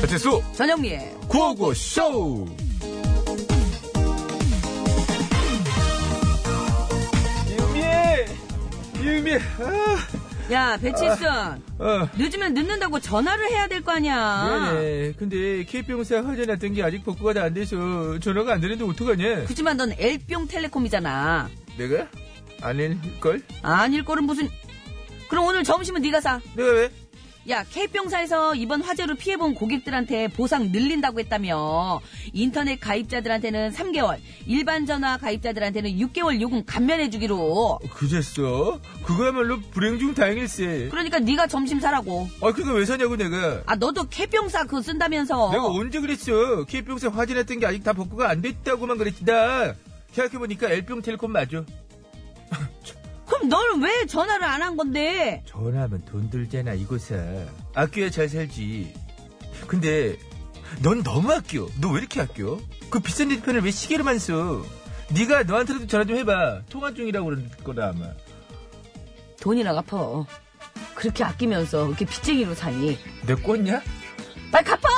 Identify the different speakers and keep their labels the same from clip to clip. Speaker 1: 배칠수
Speaker 2: 전영미의
Speaker 1: 구호구쇼!
Speaker 3: 유미,
Speaker 2: 야 배칠선
Speaker 3: 어.
Speaker 2: 늦으면 늦는다고 전화를 해야 될 거 아니야
Speaker 3: 미안해. 근데 KB용사 화재 났던 게 아직 복구가 다 안 돼서 전화가 안 되는데 어떡하냐?
Speaker 2: 그치만 넌 엘뿅 텔레콤이잖아
Speaker 3: 내가? 아닐걸?
Speaker 2: 아닐 거는 무슨 그럼 오늘 점심은 네가 사
Speaker 3: 내가 왜?
Speaker 2: 야, K병사에서 이번 화재로 피해본 고객들한테 보상 늘린다고 했다며. 인터넷 가입자들한테는 3개월, 일반 전화 가입자들한테는 6개월 요금 감면해주기로.
Speaker 3: 어, 그랬어? 그거야말로 불행 중 다행일세.
Speaker 2: 그러니까 네가 점심 사라고.
Speaker 3: 아, 그거 왜 사냐고 내가.
Speaker 2: 아, 너도 K병사 그거 쓴다면서.
Speaker 3: 내가 언제 그랬어? KB용사 화재 났던 게 아직 다 복구가 안 됐다고만 그랬지, 나. 생각해보니까 엘병 텔레콤 맞아.
Speaker 2: 그럼 너는 왜 전화를 안 한 건데?
Speaker 3: 전화하면 돈 들잖아, 이거 사. 아껴야 잘 살지. 근데, 넌 너무 아껴. 너 왜 이렇게 아껴? 그 비싼 핸드폰을 왜 시계로만 써? 네가 너한테라도 전화 좀 해봐. 통화 중이라고 그럴 거다, 아마.
Speaker 2: 돈이나 갚아. 그렇게 아끼면서 이렇게 빚쟁이로 사니.
Speaker 3: 내 꽂냐?
Speaker 2: 빨리 갚아!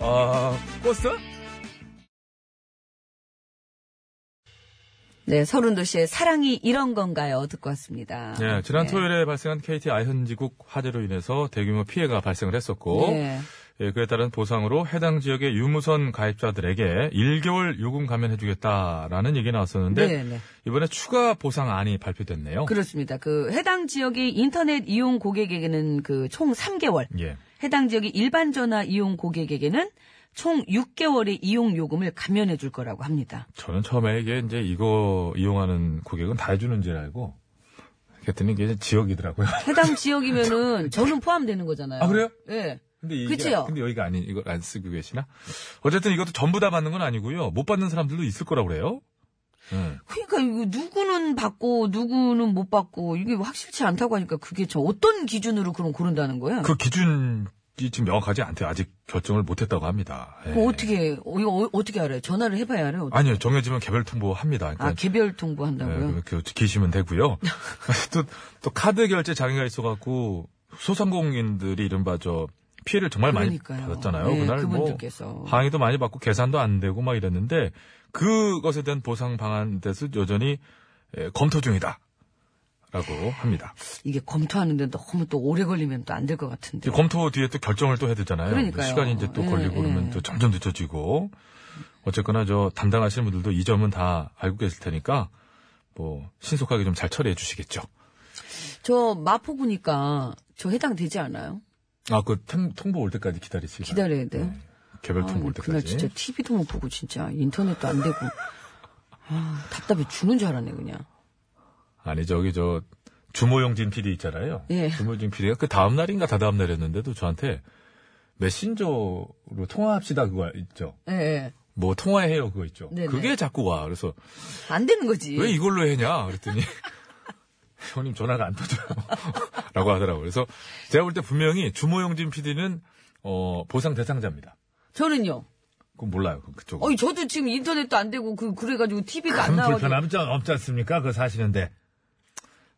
Speaker 3: 아, 꽂어?
Speaker 2: 네, 서른도시의 사랑이 이런 건가요? 듣고 왔습니다.
Speaker 1: 예, 지난
Speaker 2: 네.
Speaker 1: 토요일에 발생한 KT 아현지국 화재로 인해서 대규모 피해가 발생을 했었고,
Speaker 2: 네.
Speaker 1: 예, 그에 따른 보상으로 해당 지역의 유무선 가입자들에게 1개월 요금 감면해주겠다라는 얘기 나왔었는데,
Speaker 2: 네, 네.
Speaker 1: 이번에 추가 보상안이 발표됐네요.
Speaker 2: 그렇습니다. 그 해당 지역이 인터넷 이용 고객에게는 그 총 3개월,
Speaker 1: 예.
Speaker 2: 해당 지역이 일반 전화 이용 고객에게는 총 6개월의 이용 요금을 감면해 줄 거라고 합니다.
Speaker 1: 저는 처음에 이게 이제 이거 이용하는 고객은 다 해주는 줄 알고, 그랬더니 이게 이제 지역이더라고요.
Speaker 2: 해당 지역이면은 저는 포함되는 거잖아요.
Speaker 1: 아, 그래요?
Speaker 2: 예.
Speaker 1: 근데 이게
Speaker 2: 그치요?
Speaker 1: 근데 여기가 아닌 이걸 안 쓰고 계시나? 어쨌든 이것도 전부 다 받는 건 아니고요. 못 받는 사람들도 있을 거라고 그래요. 예.
Speaker 2: 그러니까 이거 누구는 받고 누구는 못 받고 이게 확실치 않다고 하니까 그게 저 어떤 기준으로 그럼 고른다는 거예요?
Speaker 1: 그 기준이 지금 명확하지 않대요. 아직 결정을 못 했다고 합니다. 예.
Speaker 2: 그거 어떻게 어, 이거 어- 어떻게 알아요? 전화를 해봐야 알아요.
Speaker 1: 아니요. 정해지면 개별 통보합니다. 그러니까
Speaker 2: 아 개별
Speaker 1: 예,
Speaker 2: 통보한다고요?
Speaker 1: 그러면 그 기시면 되고요. 또, 또 카드 결제 장애가 있어 갖고 소상공인들이 이른바 저 피해를 정말 많이
Speaker 2: 그러니까요.
Speaker 1: 받았잖아요.
Speaker 2: 예,
Speaker 1: 그날 뭐
Speaker 2: 그분들께서
Speaker 1: 항의도 많이 받고 계산도 안 되고 막 이랬는데 그것에 대한 보상 방안 대해서 여전히 예, 검토 중이다. 라고 합니다.
Speaker 2: 이게 검토하는데 너무 또 오래 걸리면 또 안 될 것 같은데.
Speaker 1: 이제 검토 뒤에 또 결정을 또 해야 되잖아요.
Speaker 2: 그러니까요.
Speaker 1: 시간이 이제 또
Speaker 2: 예,
Speaker 1: 걸리고
Speaker 2: 예.
Speaker 1: 그러면 또 점점 늦어지고 어쨌거나 저 담당하시는 분들도 이 점은 다 알고 계실 테니까 뭐 신속하게 좀 잘 처리해 주시겠죠.
Speaker 2: 저 마포구니까 저 해당되지 않아요?
Speaker 1: 아, 그 통, 통보 올 때까지 기다리시.
Speaker 2: 기다려야 돼요?
Speaker 1: 개별 네, 통보
Speaker 2: 아,
Speaker 1: 올
Speaker 2: 그날
Speaker 1: 때까지.
Speaker 2: 진짜 TV도 못 보고 진짜 인터넷도 안 되고 아, 답답해 죽는 줄 알았네 그냥.
Speaker 1: 아니 저기 저 주모용진 PD 있잖아요.
Speaker 2: 예.
Speaker 1: 주모용진 PD가 그 다음 날인가 다다음 날이었는데도 저한테 메신저로 통화합시다 그거 있죠.
Speaker 2: 예, 예.
Speaker 1: 뭐 통화해요 그거 있죠.
Speaker 2: 네네.
Speaker 1: 그게 자꾸 와. 그래서
Speaker 2: 안 되는 거지.
Speaker 1: 왜 이걸로 해냐 그랬더니 형님 전화가 안 터져요라고 하더라고요. 그래서 제가 볼 때 분명히 주모용진 PD는 어 보상 대상자입니다.
Speaker 2: 저는요.
Speaker 1: 그건 몰라요 그- 그쪽은.
Speaker 2: 어이 저도 지금 인터넷도 안 되고 그 그래가지고 TV가 안
Speaker 3: 큰
Speaker 2: 나와서
Speaker 3: 불편함 없지, 없지 않습니까? 그거 사시는데.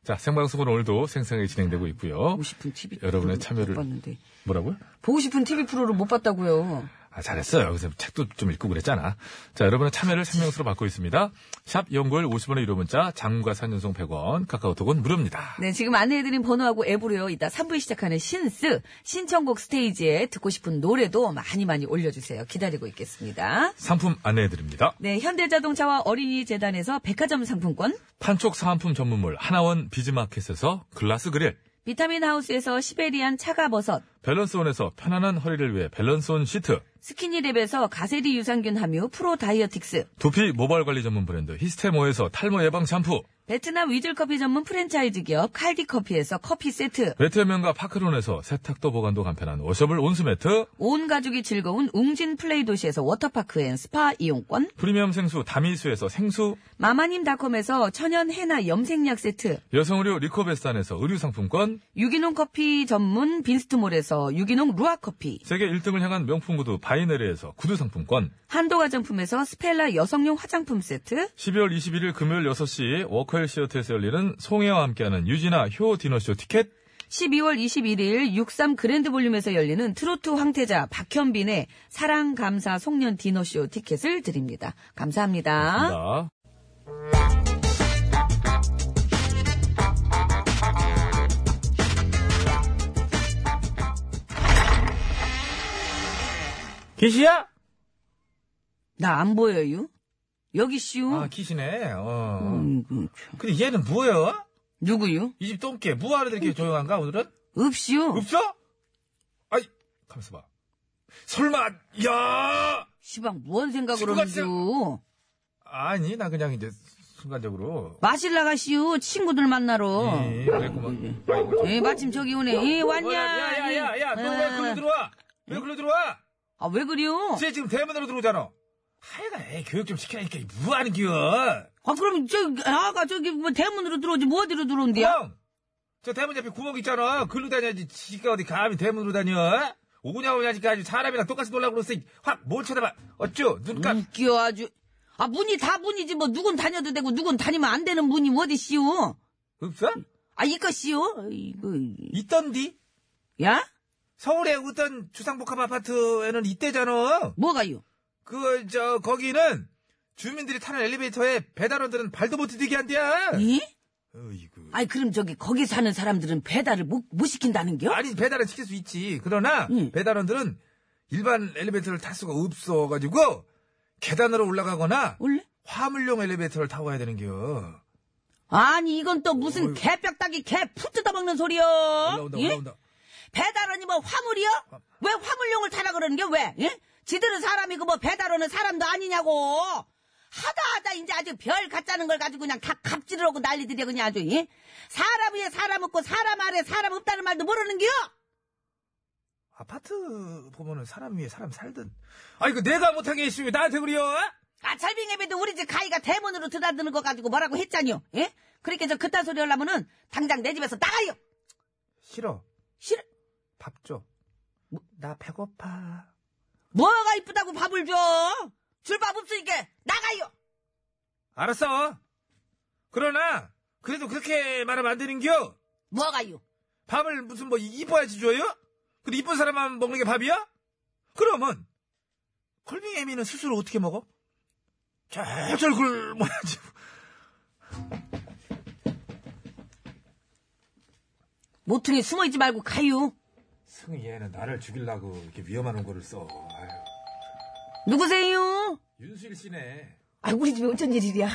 Speaker 1: 자 생방송은 오늘도 생생하게 진행되고 있고요.
Speaker 2: 보고 싶은 TV
Speaker 1: 여러분의
Speaker 2: 프로를
Speaker 1: 참여를-
Speaker 2: 못 봤는데
Speaker 1: 뭐라고요?
Speaker 2: 보고 싶은 TV 프로를 못 봤다고요.
Speaker 1: 아, 잘했어요. 그래서 책도 좀 읽고 그랬잖아. 자, 여러분의 참여를 생명수로 받고 있습니다. 샵 연골 50원의 1호 문자, 장과 3연송 100원, 카카오톡은 무료입니다.
Speaker 2: 네, 지금 안내해드린 번호하고 앱으로요. 이따 3부에 시작하는 신스, 신청곡 스테이지에 듣고 싶은 노래도 많이 많이 올려주세요. 기다리고 있겠습니다.
Speaker 1: 상품 안내해드립니다.
Speaker 2: 네, 현대자동차와 어린이재단에서 백화점 상품권,
Speaker 1: 판촉 사은품 전문물 하나원 비즈마켓에서 글라스 그릴,
Speaker 2: 비타민 하우스에서 시베리안 차가버섯,
Speaker 1: 밸런스온에서 편안한 허리를 위해 밸런스온 시트,
Speaker 2: 스키니랩에서 가세리 유산균 함유 프로 다이어틱스,
Speaker 1: 두피 모발 관리 전문 브랜드 히스테모에서 탈모 예방 샴푸,
Speaker 2: 베트남 위즐커피 전문 프랜차이즈 기업 칼디커피에서 커피 세트,
Speaker 1: 외투의 명가 파크론에서 세탁도 보관도 간편한 워셔블 온수매트,
Speaker 2: 온 가족이 즐거운 웅진 플레이 도시에서 워터파크 앤 스파 이용권,
Speaker 1: 프리미엄 생수 다미수에서 생수,
Speaker 2: 마마님닷컴에서 천연 해나 염색약 세트,
Speaker 1: 여성 의류 리코베스탄에서 의류 상품권,
Speaker 2: 유기농 커피 전문 빈스트몰에서 유기농 루아 커피,
Speaker 1: 세계 1등을 향한 명품 구두 바이네르에서 구두 상품권,
Speaker 2: 한도 화장품에서 스펠라 여성용 화장품 세트,
Speaker 1: 12월 21일 금요일 6시 워커힐 시어트에서 열리는 송혜와 함께하는 유진아 효 디너쇼 티켓,
Speaker 2: 12월 21일 63 그랜드 볼륨에서 열리는 트로트 황태자 박현빈의 사랑 감사 송년 디너쇼 티켓을 드립니다. 감사합니다.
Speaker 1: 아?
Speaker 3: 계시야?
Speaker 2: 나 안 보여요? 여기 씨요?
Speaker 1: 아, 키시네. 어.
Speaker 2: 음, 음, 참.
Speaker 1: 근데 얘는 뭐예요?
Speaker 2: 누구요?
Speaker 1: 이 집 똥개. 뭐하러 이렇게 조용한가, 오늘은?
Speaker 2: 없시요?
Speaker 1: 없어? 아이, 가만있어 봐. 설마, 야!
Speaker 2: 시방 뭔 생각으로
Speaker 1: 친구가
Speaker 2: 하죠?
Speaker 1: 아니, 나 그냥 이제 순간적으로.
Speaker 2: 마실 나가시요 친구들 만나러.
Speaker 1: 어. 예, 그랬구만. 아이고,
Speaker 2: 예, 마침 저기 오네. 예, 왔냐?
Speaker 1: 야, 야, 야, 야, 너 왜 글로 들어와? 왜 글로 들어와?
Speaker 2: 아, 왜 그래요?
Speaker 1: 쟤 지금 대문으로 들어오잖아. 하여간 애 교육 좀 시키라니까, 이 뭐하는 기여.
Speaker 2: 아, 그럼 저, 아가 저기 뭐 대문으로 들어오지, 뭐 어디로 들어온대요?
Speaker 1: 구멍! 저 대문 옆에 구멍 있잖아. 글로 다녀야지. 지가 어디 감히 대문으로 다녀? 오냐 오냐니까 아주 사람이랑 똑같이 놀라고 그러세. 확, 뭘 쳐다봐. 어쭈, 눈깔.
Speaker 2: 웃겨, 아주. 아, 문이 다 문이지, 뭐, 누군 다녀도 되고, 누군 다니면 안 되는 문이 어디시오?
Speaker 1: 없어?
Speaker 2: 아, 이것이요? 이거, 이-
Speaker 1: 있던디?
Speaker 2: 야?
Speaker 1: 서울에 어떤 주상복합 아파트에는 있대잖아.
Speaker 2: 뭐가요?
Speaker 1: 그, 저, 거기는 주민들이 타는 엘리베이터에 배달원들은 발도 못 디디게 한대야.
Speaker 2: 이?
Speaker 1: 어이구.
Speaker 2: 예? 아이, 그럼 저기, 거기 사는 사람들은 배달을 못, 못 시킨다는겨?
Speaker 1: 아니, 배달은 시킬 수 있지. 그러나,
Speaker 2: 응.
Speaker 1: 배달원들은 일반 엘리베이터를 탈 수가 없어가지고, 계단으로 올라가거나,
Speaker 2: 원래?
Speaker 1: 화물용 엘리베이터를 타고 가야 되는 겨.
Speaker 2: 아니, 이건 또 무슨 개뼈딱이 개 푸 뜯어먹는 소리요?
Speaker 1: 올라온다, 아.
Speaker 2: 예?
Speaker 1: 올라온다.
Speaker 2: 배달원이 뭐 화물이요? 왜 화물용을 타라 그러는 게 왜? 예? 지들은 사람이고 뭐 배달원은 사람도 아니냐고. 하다 하다 이제 아주 별 같다는 걸 가지고 그냥 다 갑질을 하고 난리들이야 그냥 아주 예? 사람 위에 사람 없고 사람 아래 사람 없다는 말도 모르는 기요?
Speaker 1: 아파트 보면은 사람 위에 사람 살든. 아, 이거 내가 못하게 했으면 나한테 그래요?
Speaker 2: 아철빙예배도 우리 집 가이가 대문으로 드나드는 거 가지고 뭐라고 했잖요 예? 그렇게 저 그딴 소리 하려면은 당장 내 집에서 나가요
Speaker 1: 싫어.
Speaker 2: 싫어
Speaker 1: 밥 줘.
Speaker 2: 뭐?
Speaker 1: 나 배고파.
Speaker 2: 뭐가 이쁘다고 밥을 줘줄 밥 없으니까 나가요
Speaker 1: 알았어. 그러나, 그래도 그렇게 말하면 안 되는겨.
Speaker 2: 뭐가요
Speaker 1: 밥을 무슨 뭐 이뻐야지 줘요? 근데 이쁜 사람만 먹는 게 밥이야? 그러면 컬빙애미는 스스로 어떻게 먹어? 절절 굶어야지.
Speaker 2: 모퉁이 숨어있지 말고 가요
Speaker 1: 승희 얘는 나를 죽이려고 이렇게 위험한 원고를 써. 아유.
Speaker 2: 누구세요?
Speaker 1: 윤수일 씨네.
Speaker 2: 아, 우리 집에 어쩐 일이야?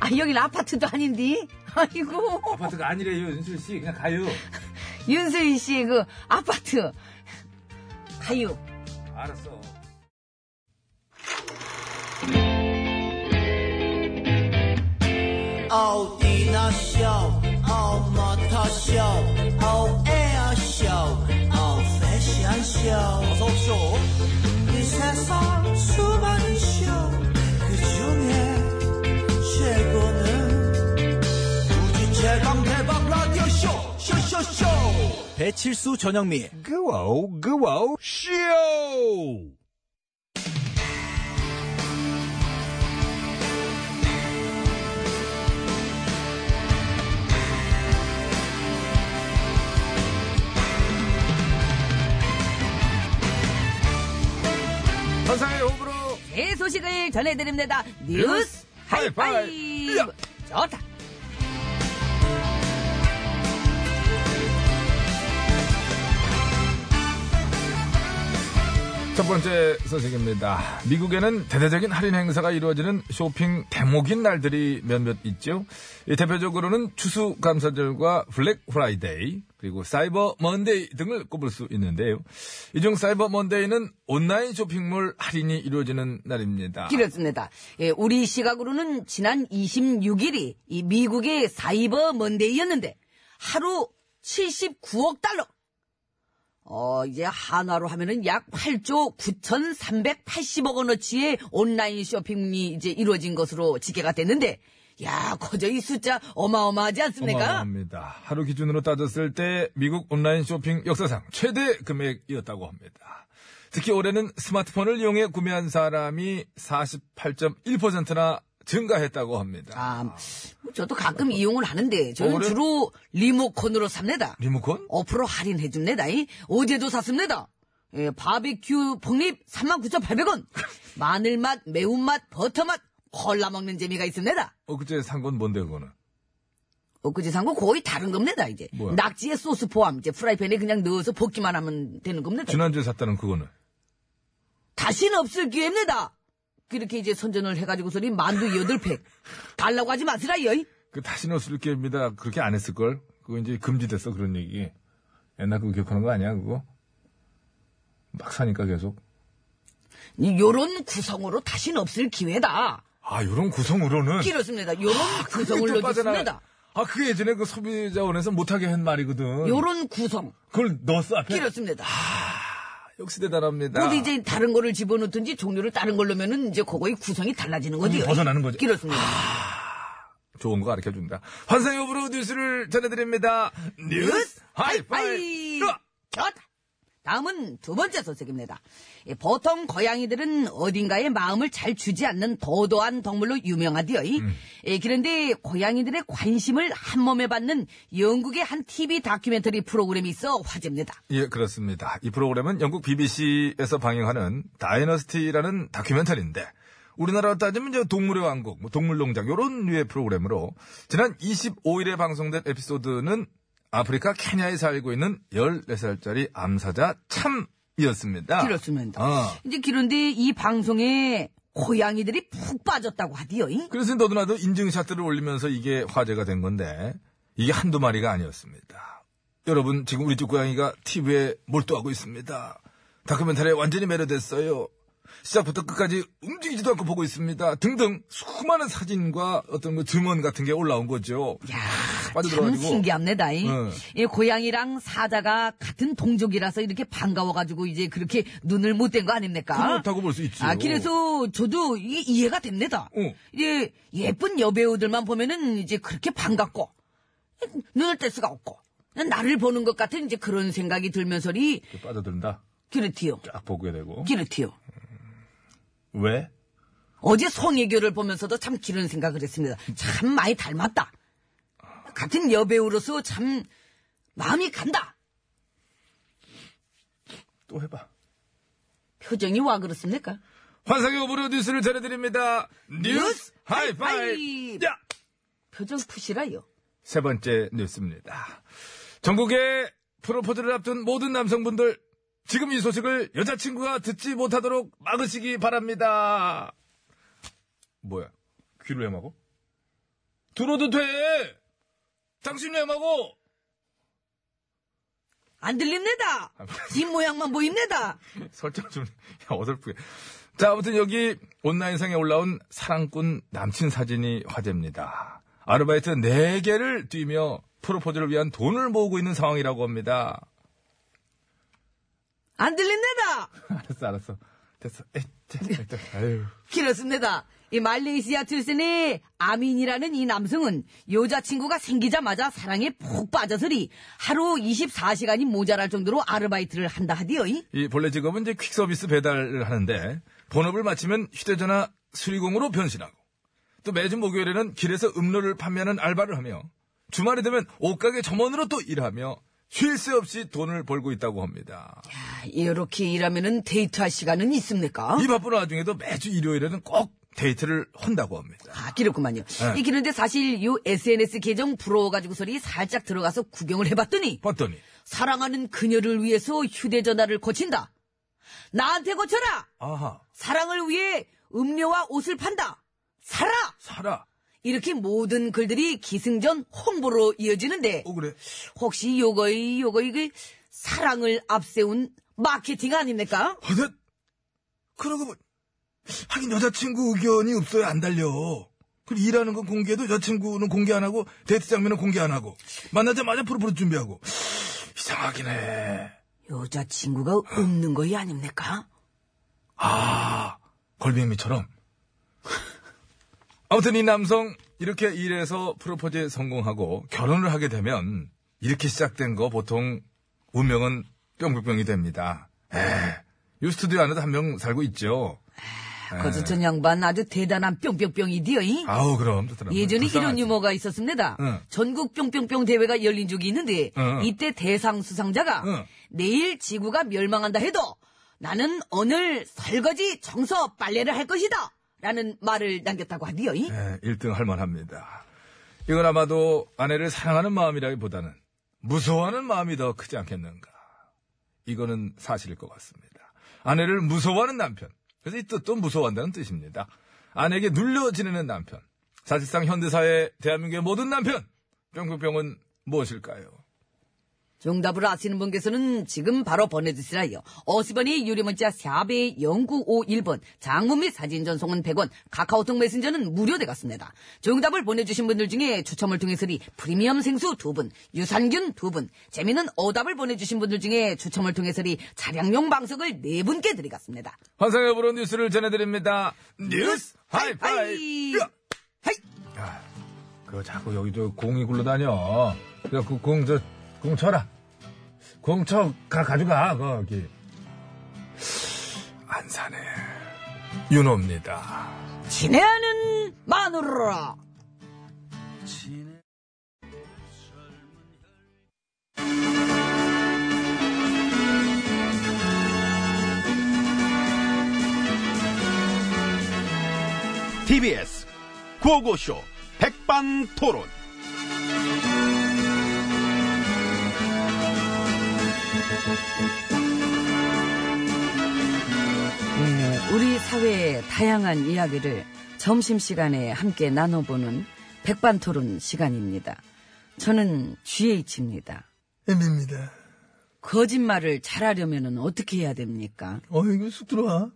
Speaker 2: 아, 여긴 아파트도 아닌데? 아이고.
Speaker 1: 아파트가 아니래요, 윤수일 씨. 그냥 가요.
Speaker 2: 윤수희 씨의 그 아파트. 가요.
Speaker 1: 알았어.
Speaker 4: 어디나 쇼 어머터 쇼 어에어 쇼 어패션 쇼 어서 쇼이 세상 수많은 쇼그 중에 최고는 우주 최강 대박 라디오 쇼 쇼쇼쇼 배칠수 전영미
Speaker 1: 그와우, 그와우, 쇼! 선상의 호불호
Speaker 2: 새 소식을 전해드립니다. 뉴스 하이파이브.
Speaker 1: 하이파이브.
Speaker 2: 좋다.
Speaker 1: 첫 번째 소식입니다. 미국에는 대대적인 할인 행사가 이루어지는 쇼핑 대목인 날들이 몇몇 있죠. 이 대표적으로는 추수감사절과 블랙 프라이데이 그리고 사이버 먼데이 등을 꼽을 수 있는데요. 이 중 사이버 먼데이는 온라인 쇼핑몰 할인이 이루어지는 날입니다.
Speaker 2: 그렇습니다. 예, 우리 시각으로는 지난 26일이 이 미국의 사이버 먼데이였는데 하루 79억 달러. 어, 이제 한화로 하면은 약 8조 9,380억 원어치의 온라인 쇼핑이 이제 이루어진 것으로 지게가 됐는데 야, 거저 이 숫자 어마어마하지 않습니까?
Speaker 1: 어마어마합니다. 하루 기준으로 따졌을 때 미국 온라인 쇼핑 역사상 최대 금액이었다고 합니다. 특히 올해는 스마트폰을 이용해 구매한 사람이 48.1%나 증가했다고 합니다.
Speaker 2: 아, 저도 가끔 이용을 하는데 저는
Speaker 1: 어, 그래?
Speaker 2: 주로 리모컨으로 삽니다.
Speaker 1: 리모컨?
Speaker 2: 5% 할인해줍니다. 이. 어제도 샀습니다. 예, 바비큐 폭립 39,800원. 마늘맛, 매운맛, 버터맛, 콜라 먹는 재미가 있습니다. 어,
Speaker 1: 어, 그제 산 건 뭔데, 그거는?
Speaker 2: 엊그제 산 거 거의 다른 겁니다, 이제.
Speaker 1: 뭐야?
Speaker 2: 낙지에 소스 포함, 이제 프라이팬에 그냥 넣어서 볶기만 하면 되는 겁니다.
Speaker 1: 지난주에 샀다는 그거는?
Speaker 2: 다시는 없을 기회입니다. 그렇게 이제 선전을 해가지고서는 만두 8팩. 달라고 하지 마시라요. 이.
Speaker 1: 그 다시는 없을 게입니다. 그렇게 안 했을걸? 그거 이제 금지됐어, 그런 얘기. 옛날 그거 기억하는 거 아니야, 그거? 막 사니까 계속.
Speaker 2: 이- 요런 구성으로 다시는 없을 기회다.
Speaker 1: 아, 요런 구성으로는.
Speaker 2: 그렇습니다. 요런
Speaker 1: 그게
Speaker 2: 구성을
Speaker 1: 또 빠져나-
Speaker 2: 넣었습니다.
Speaker 1: 아, 그게 예전에 그 소비자원에서 못하게 한 말이거든.
Speaker 2: 요런 구성.
Speaker 1: 그걸 넣었어, 앞에.
Speaker 2: 그렇습니다.
Speaker 1: 역시 대단합니다.
Speaker 2: 모두 이제 다른 거를 집어넣든지 종류를 다른 걸로 면은 이제 그거의 구성이 달라지는 거지요.
Speaker 1: 음, 벗어나는 아, 거죠.
Speaker 2: 그렇습니다.
Speaker 1: 좋은 거 가르쳐 준다. 환상의 오브로 뉴스를 전해드립니다. 뉴스 하이파이.
Speaker 2: 하이파이브! 좋다. 다음은 두 번째 소식입니다. 예, 보통 고양이들은 어딘가에 마음을 잘 주지 않는 도도한 동물로 유명하디요. 이.
Speaker 1: 음.
Speaker 2: 예, 그런데 고양이들의 관심을 한 몸에 받는 영국의 한 TV 다큐멘터리 프로그램이 있어 화제입니다.
Speaker 1: 예, 그렇습니다. 이 프로그램은 영국 BBC에서 방영하는 다이너스티라는 다큐멘터리인데 우리나라로 따지면 이제 동물의 왕국, 뭐 동물농장 요런 류의 프로그램으로 지난 25일에 방송된 에피소드는 아프리카 케냐에 살고 있는 14살짜리 암사자 참이었습니다.
Speaker 2: 그렇습니다.
Speaker 1: 아.
Speaker 2: 이제 그런데 이 방송에 고양이들이 푹 빠졌다고 하디요. 이.
Speaker 1: 그래서 너도나도 인증샷들을 올리면서 이게 화제가 된 건데 이게 한두 마리가 아니었습니다. 여러분 지금 우리 집 고양이가 TV에 몰두하고 있습니다. 다큐멘터리에 완전히 매료됐어요. 시작부터 끝까지 움직이지도 않고 보고 있습니다. 등등 수많은 사진과 어떤 그 증언 같은 게 올라온 거죠.
Speaker 2: 야, 참
Speaker 1: 아, 빠져들어가지고.
Speaker 2: 신기합니다. 이.
Speaker 1: 응.
Speaker 2: 이 고양이랑 사자가 같은 동족이라서 이렇게 반가워가지고 이제 그렇게 눈을 못 뗀 거 아닙니까?
Speaker 1: 그렇다고 볼 수 있죠.
Speaker 2: 아, 그래서 저도 이게 이해가 됩니다.
Speaker 1: 어.
Speaker 2: 이제 예쁜 여배우들만 보면은 이제 그렇게 반갑고 눈을 뗄 수가 없고 나를 보는 것 같은 이제 그런 생각이 들면서리
Speaker 1: 이렇게 빠져든다.
Speaker 2: 그렇지요,
Speaker 1: 쫙 보게 되고.
Speaker 2: 그렇지요.
Speaker 1: 왜?
Speaker 2: 어제 송혜교를 보면서도 참 그런 생각을 했습니다. 참 많이 닮았다. 같은 여배우로서 참 마음이 간다.
Speaker 1: 또 해봐.
Speaker 2: 표정이 와 그렇습니까?
Speaker 1: 환상의 오브로 뉴스를 전해드립니다. 뉴스
Speaker 2: 뉴스
Speaker 1: 하이파이.
Speaker 2: 하이파이브.
Speaker 1: 야!
Speaker 2: 표정 푸시라요.
Speaker 1: 세 번째 뉴스입니다. 전국의 프로포즈를 앞둔 모든 남성분들, 지금 이 소식을 여자친구가 듣지 못하도록 막으시기 바랍니다. 뭐야? 귀를 왜 막어? 들어도 돼! 당신 왜 막어?
Speaker 2: 안 들립니다. 뒷 모양만 보입니다.
Speaker 1: 설정 좀 어설프게. 자, 아무튼 여기 온라인상에 올라온 사랑꾼 남친 사진이 화제입니다. 아르바이트 4개를 뛰며 프로포즈를 위한 돈을 모으고 있는 상황이라고 합니다.
Speaker 2: 안 들립니다.
Speaker 1: 알았어, 알았어. 됐어. 에이, 자, 일단, 아유.
Speaker 2: 그렇습니다. 이 말레이시아 출신의 아민이라는 이 남성은 여자친구가 생기자마자 사랑에 푹 빠져서리 하루 24시간이 모자랄 정도로 아르바이트를 한다 하디요. 이?
Speaker 1: 이 본래 직업은 이제 퀵 서비스 배달을 하는데 본업을 마치면 휴대전화 수리공으로 변신하고 또 매주 목요일에는 길에서 음료를 판매하는 알바를 하며 주말이 되면 옷가게 점원으로 또 일하며 쉴 새 없이 돈을 벌고 있다고 합니다.
Speaker 2: 아, 이렇게 일하면은 데이트할 시간은 있습니까?
Speaker 1: 이 바쁜 와중에도 매주 일요일에는 꼭 데이트를 한다고 합니다.
Speaker 2: 아, 그렇구만요.
Speaker 1: 네.
Speaker 2: 이 그런데 사실 요 SNS 계정 부러워가지고 소리 살짝 들어가서 구경을 해봤더니
Speaker 1: 봤더니
Speaker 2: 사랑하는 그녀를 위해서 휴대전화를 고친다. 나한테 고쳐라!
Speaker 1: 아하
Speaker 2: 사랑을 위해 음료와 옷을 판다! 살아!
Speaker 1: 살아
Speaker 2: 이렇게 모든 글들이 기승전 홍보로 이어지는데
Speaker 1: 어 그래
Speaker 2: 혹시 요거이 요거이 그 사랑을 앞세운 마케팅 아닙니까?
Speaker 1: 허댓 그러고 보- 하긴 여자친구 의견이 없어야 안 달려 그리고 일하는 건 공개해도 여자친구는 공개 안 하고 데이트 장면은 공개 안 하고 만나자마자 프로포즈 준비하고 이상하긴 해
Speaker 2: 여자친구가 없는 거이 아닙니까?
Speaker 1: 아, 걸빙미처럼. 아무튼 이 남성, 이렇게 일해서 프로포즈에 성공하고 결혼을 하게 되면, 이렇게 시작된 거 보통 운명은 뿅뿅뿅이 됩니다. 에, 요 스튜디오 안에도 한 명 살고 있죠.
Speaker 2: 거저 전 양반 아주 대단한 뿅뿅뿅이디요. 이.
Speaker 1: 아우 그럼 좋더라고요.
Speaker 2: 예전에 이런
Speaker 1: 불쌍하지.
Speaker 2: 유머가 있었습니다.
Speaker 1: 응.
Speaker 2: 전국 뿅뿅뿅 대회가 열린 적이 있는데
Speaker 1: 응, 응.
Speaker 2: 이때 대상 수상자가
Speaker 1: 응.
Speaker 2: 내일 지구가 멸망한다 해도 나는 오늘 설거지 청소 빨래를 할 것이다 라는 말을 남겼다고 하디요. 이?
Speaker 1: 예, 1등 할만합니다. 이건 아마도 아내를 사랑하는 마음이라기보다는 무서워하는 마음이 더 크지 않겠는가. 이거는 사실일 것 같습니다. 아내를 무서워하는 남편. 그래서 이 뜻도 무서워한다는 뜻입니다. 아내에게 눌려 지내는 남편. 사실상 현대사회 대한민국의 모든 남편. 뿅뿅뿅은 무엇일까요?
Speaker 2: 정답을 아시는 분께서는 지금 바로 보내주시라요. 50원이 유리문자 샵의 0951번, 장문 및 사진 전송은 100원, 카카오톡 메신저는 무료되겠습니다. 정답을 보내주신 분들 중에 추첨을 통해서리 프리미엄 생수 2분, 유산균 2분, 재미는 오답을 보내주신 분들 중에 추첨을 통해서리 차량용 방석을 4분께 드리겠습니다.
Speaker 1: 환상의 보러 뉴스를 전해드립니다. 뉴스 하이파이!
Speaker 2: 하이파이!
Speaker 1: 야! 하이! 야, 그거 자꾸 여기저 공이 굴러다녀. 그 공, 저, 공 쳐라. 공 쳐, 가, 가져가, 거기. 안 사네. 윤호입니다.
Speaker 2: 친애하는 마누라!
Speaker 5: TBS 구호고쇼 백반토론.
Speaker 2: 네, 우리 사회의 다양한 이야기를 점심시간에 함께 나눠보는 백반토론 시간입니다. 저는 GH입니다.
Speaker 1: 엠비입니다.
Speaker 2: 거짓말을 잘하려면 어떻게 해야 됩니까?
Speaker 1: 어, 이거 쑥 들어와.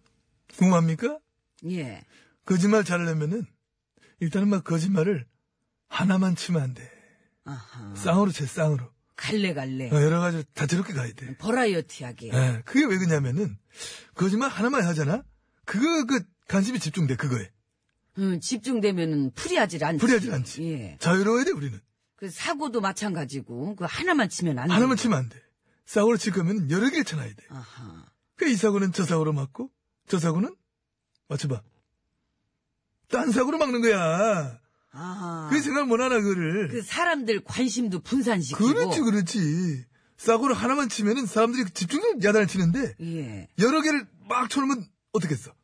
Speaker 1: 궁금합니까?
Speaker 2: 예.
Speaker 1: 거짓말 잘하려면은, 일단은 막 거짓말을 하나만 치면 안 돼.
Speaker 2: 아하.
Speaker 1: 쌍으로 쳐, 쌍으로.
Speaker 2: 갈래갈래.
Speaker 1: 어, 여러 가지 다채롭게 가야 돼.
Speaker 2: 버라이어티하게.
Speaker 1: 예, 그게 왜 그러냐면은, 거짓말 하나만 하잖아? 그거, 그, 관심이 집중돼, 그거에.
Speaker 2: 음, 집중되면 풀이하질 않지.
Speaker 1: 불리하진 않지.
Speaker 2: 예.
Speaker 1: 자유로워야 돼, 우리는.
Speaker 2: 그 사고도 마찬가지고, 그 하나만 치면 안 돼.
Speaker 1: 하나만 치면 안 돼. 사고를 칠 거면 여러 개 쳐놔야 돼.
Speaker 2: 아하.
Speaker 1: 그 이 사고는 저 사고로 맞고, 저 사고는, 맞춰봐. 딴 사고로 막는 거야.
Speaker 2: 아하.
Speaker 1: 그게 생각 못 하나,
Speaker 2: 그
Speaker 1: 그거를.
Speaker 2: 사람들 관심도 분산시키고.
Speaker 1: 그렇지, 그렇지. 사고를 하나만 치면은 사람들이 집중력 야단을 치는데,
Speaker 2: 예.
Speaker 1: 여러 개를 막 쳐놓으면 어떻겠어?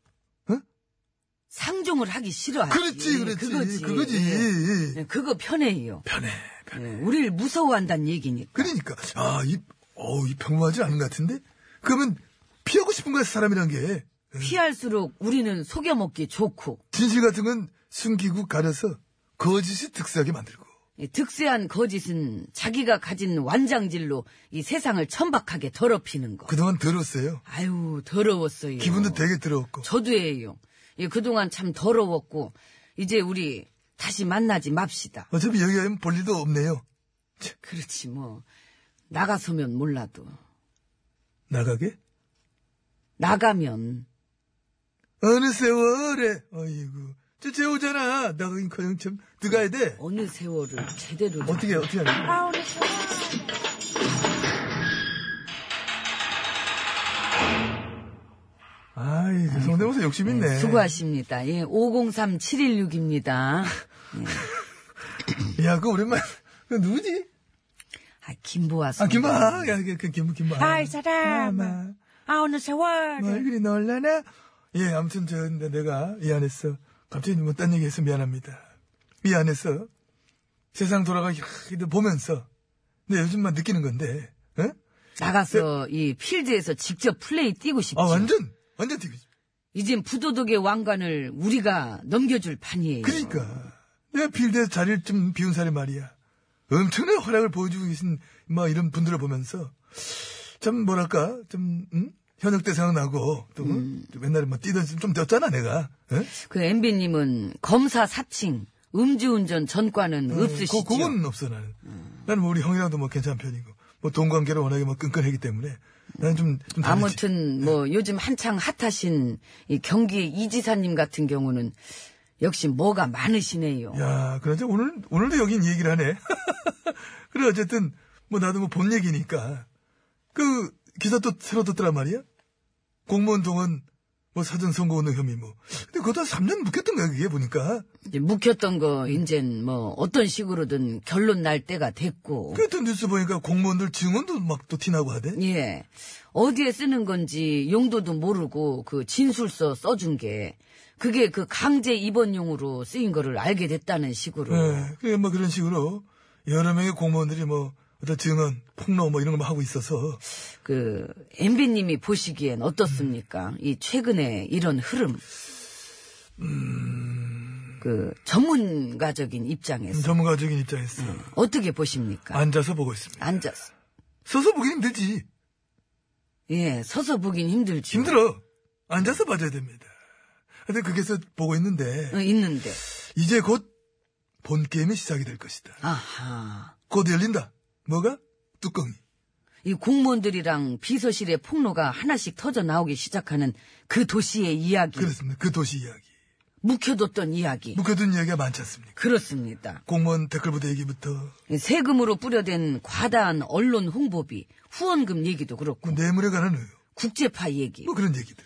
Speaker 2: 상종을 하기 싫어하지.
Speaker 1: 그렇지, 그렇지.
Speaker 2: 그거지.
Speaker 1: 그거지.
Speaker 2: 예. 예, 그거 편해요.
Speaker 1: 편해,
Speaker 2: 예,
Speaker 1: 편해.
Speaker 2: 우리를 무서워한다는 얘기니까.
Speaker 1: 그러니까 아 이 어우 이 평범하지 않은 것 같은데 그러면 피하고 싶은 거야 사람이란 게
Speaker 2: 피할수록 우리는 속여먹기 좋고
Speaker 1: 진실 같은 건 숨기고 가려서 거짓이 득세하게 만들고
Speaker 2: 이 득세한 거짓은 자기가 가진 완장질로 이 세상을 천박하게 더럽히는 거.
Speaker 1: 그동안 더러웠어요
Speaker 2: 아유 더러웠어요.
Speaker 1: 기분도 되게 더러웠고
Speaker 2: 저도예요. 예, 그동안 참 더러웠고 이제 우리 다시 만나지 맙시다.
Speaker 1: 어차피 여기 가면 볼 일도 없네요
Speaker 2: 그렇지 뭐 나가서면 몰라도
Speaker 1: 나가게
Speaker 2: 나가면
Speaker 1: 어느 세월에 아이고 저 재우잖아 나가긴커녕 참 들어가야 돼
Speaker 2: 어느 세월을 제대로
Speaker 1: 어떻게 어떻게 하냐 아이 그 성대모사 욕심 있네
Speaker 2: 수고하십니다. 예, 503716입니다.
Speaker 1: 야 그거 오랜만에 그 누구지
Speaker 2: 아, 김보아 씨.
Speaker 1: 아, 김아, 야, 그, 그, 김, 김아.
Speaker 6: 아이, 사람아.
Speaker 1: 아마.
Speaker 6: 아, 어느 세월.
Speaker 1: 뭘 그리 놀라나? 예, 아무튼 저, 근데 내가 미안했어. 갑자기 뭐딴 얘기해서 미안합니다. 미안했어. 세상 돌아가기 이렇게 보면서. 근데 요즘 막 느끼는 건데, 응?
Speaker 2: 나가서 이 필드에서 직접 플레이 뛰고 싶죠.
Speaker 1: 네. 아, 완전, 완전 되고 싶어.
Speaker 2: 이젠 부도덕의 왕관을 우리가 넘겨줄 판이에요.
Speaker 1: 그러니까. 내가 필드에서 자리를 좀 비운 사람이 말이야. 엄청난 활약을 보여주고 계신, 막 이런 분들을 보면서, 참, 뭐랄까, 좀, 응? 현역 때 생각나고, 또,
Speaker 2: 음.
Speaker 1: 또 옛날에 막 뛰던, 좀 뛰었잖아, 내가. 응?
Speaker 2: 그 MB님은 검사 사칭, 음주운전 전과는
Speaker 1: 그,
Speaker 2: 없으시죠.
Speaker 1: 그건 없어, 나는. 나는 뭐 우리 형이랑도 뭐 괜찮은 편이고. 뭐 돈 관계를 워낙에 뭐 끈끈하기 때문에. 나는 좀, 좀 다르지. 네.
Speaker 2: 아무튼 뭐 요즘 한창 핫하신 이 경기 이지사님 같은 경우는 역시 뭐가 많으시네요.
Speaker 1: 야, 그러자 오늘, 오늘도 여긴 이 얘기를 하네. 그래, 어쨌든, 뭐 나도 뭐 본 얘기니까. 그, 기사 또 새로 듣더란 말이야? 공무원 동원,
Speaker 7: 뭐 사전 선거 오는 혐의 뭐. 근데 그것도 한 3년 묵혔던 거야 그게 보니까.
Speaker 2: 이제 묵혔던 거 이젠 뭐 어떤 식으로든 결론 날 때가 됐고
Speaker 7: 그랬던 뉴스 보니까 공무원들 증언도 막 또 티나고 하대.
Speaker 2: 예 어디에 쓰는 건지 용도도 모르고 그 진술서 써준 게 그게 그 강제 입원용으로 쓰인 거를 알게 됐다는 식으로
Speaker 7: 예, 그래, 뭐 그런 식으로 여러 명의 공무원들이 뭐 어떤 증언, 폭로 뭐 이런 거 하고 있어서
Speaker 2: 그 엠비님이 보시기엔 어떻습니까? 이 최근에 이런 흐름 그 전문가적인 입장에서
Speaker 7: 전문가적인 입장에서
Speaker 2: 음. 어떻게 보십니까?
Speaker 7: 앉아서 보고 있습니다.
Speaker 2: 앉아서
Speaker 7: 서서 보기 힘들지.
Speaker 2: 예 서서 보긴 힘들지
Speaker 7: 힘들어. 앉아서 봐줘야 됩니다. 근데 거기서 보고 있는데
Speaker 2: 어, 있는데
Speaker 7: 이제 곧 본 게임이 시작이 될 것이다.
Speaker 2: 아하
Speaker 7: 곧 열린다. 뭐가? 뚜껑이.
Speaker 2: 이 공무원들이랑 비서실의 폭로가 하나씩 터져 나오기 시작하는 그 도시의 이야기,
Speaker 7: 그렇습니다. 그 도시 이야기.
Speaker 2: 묵혀뒀던 이야기.
Speaker 7: 묵혀둔 이야기가 많지 않습니까?
Speaker 2: 그렇습니다.
Speaker 7: 공무원 댓글부대 얘기부터
Speaker 2: 세금으로 뿌려댄 과다한 언론 홍보비, 후원금 얘기도
Speaker 7: 그
Speaker 2: 그렇고,
Speaker 7: 뇌물에 관한 의혹.
Speaker 2: 국제파 얘기.
Speaker 7: 뭐 그런 얘기들.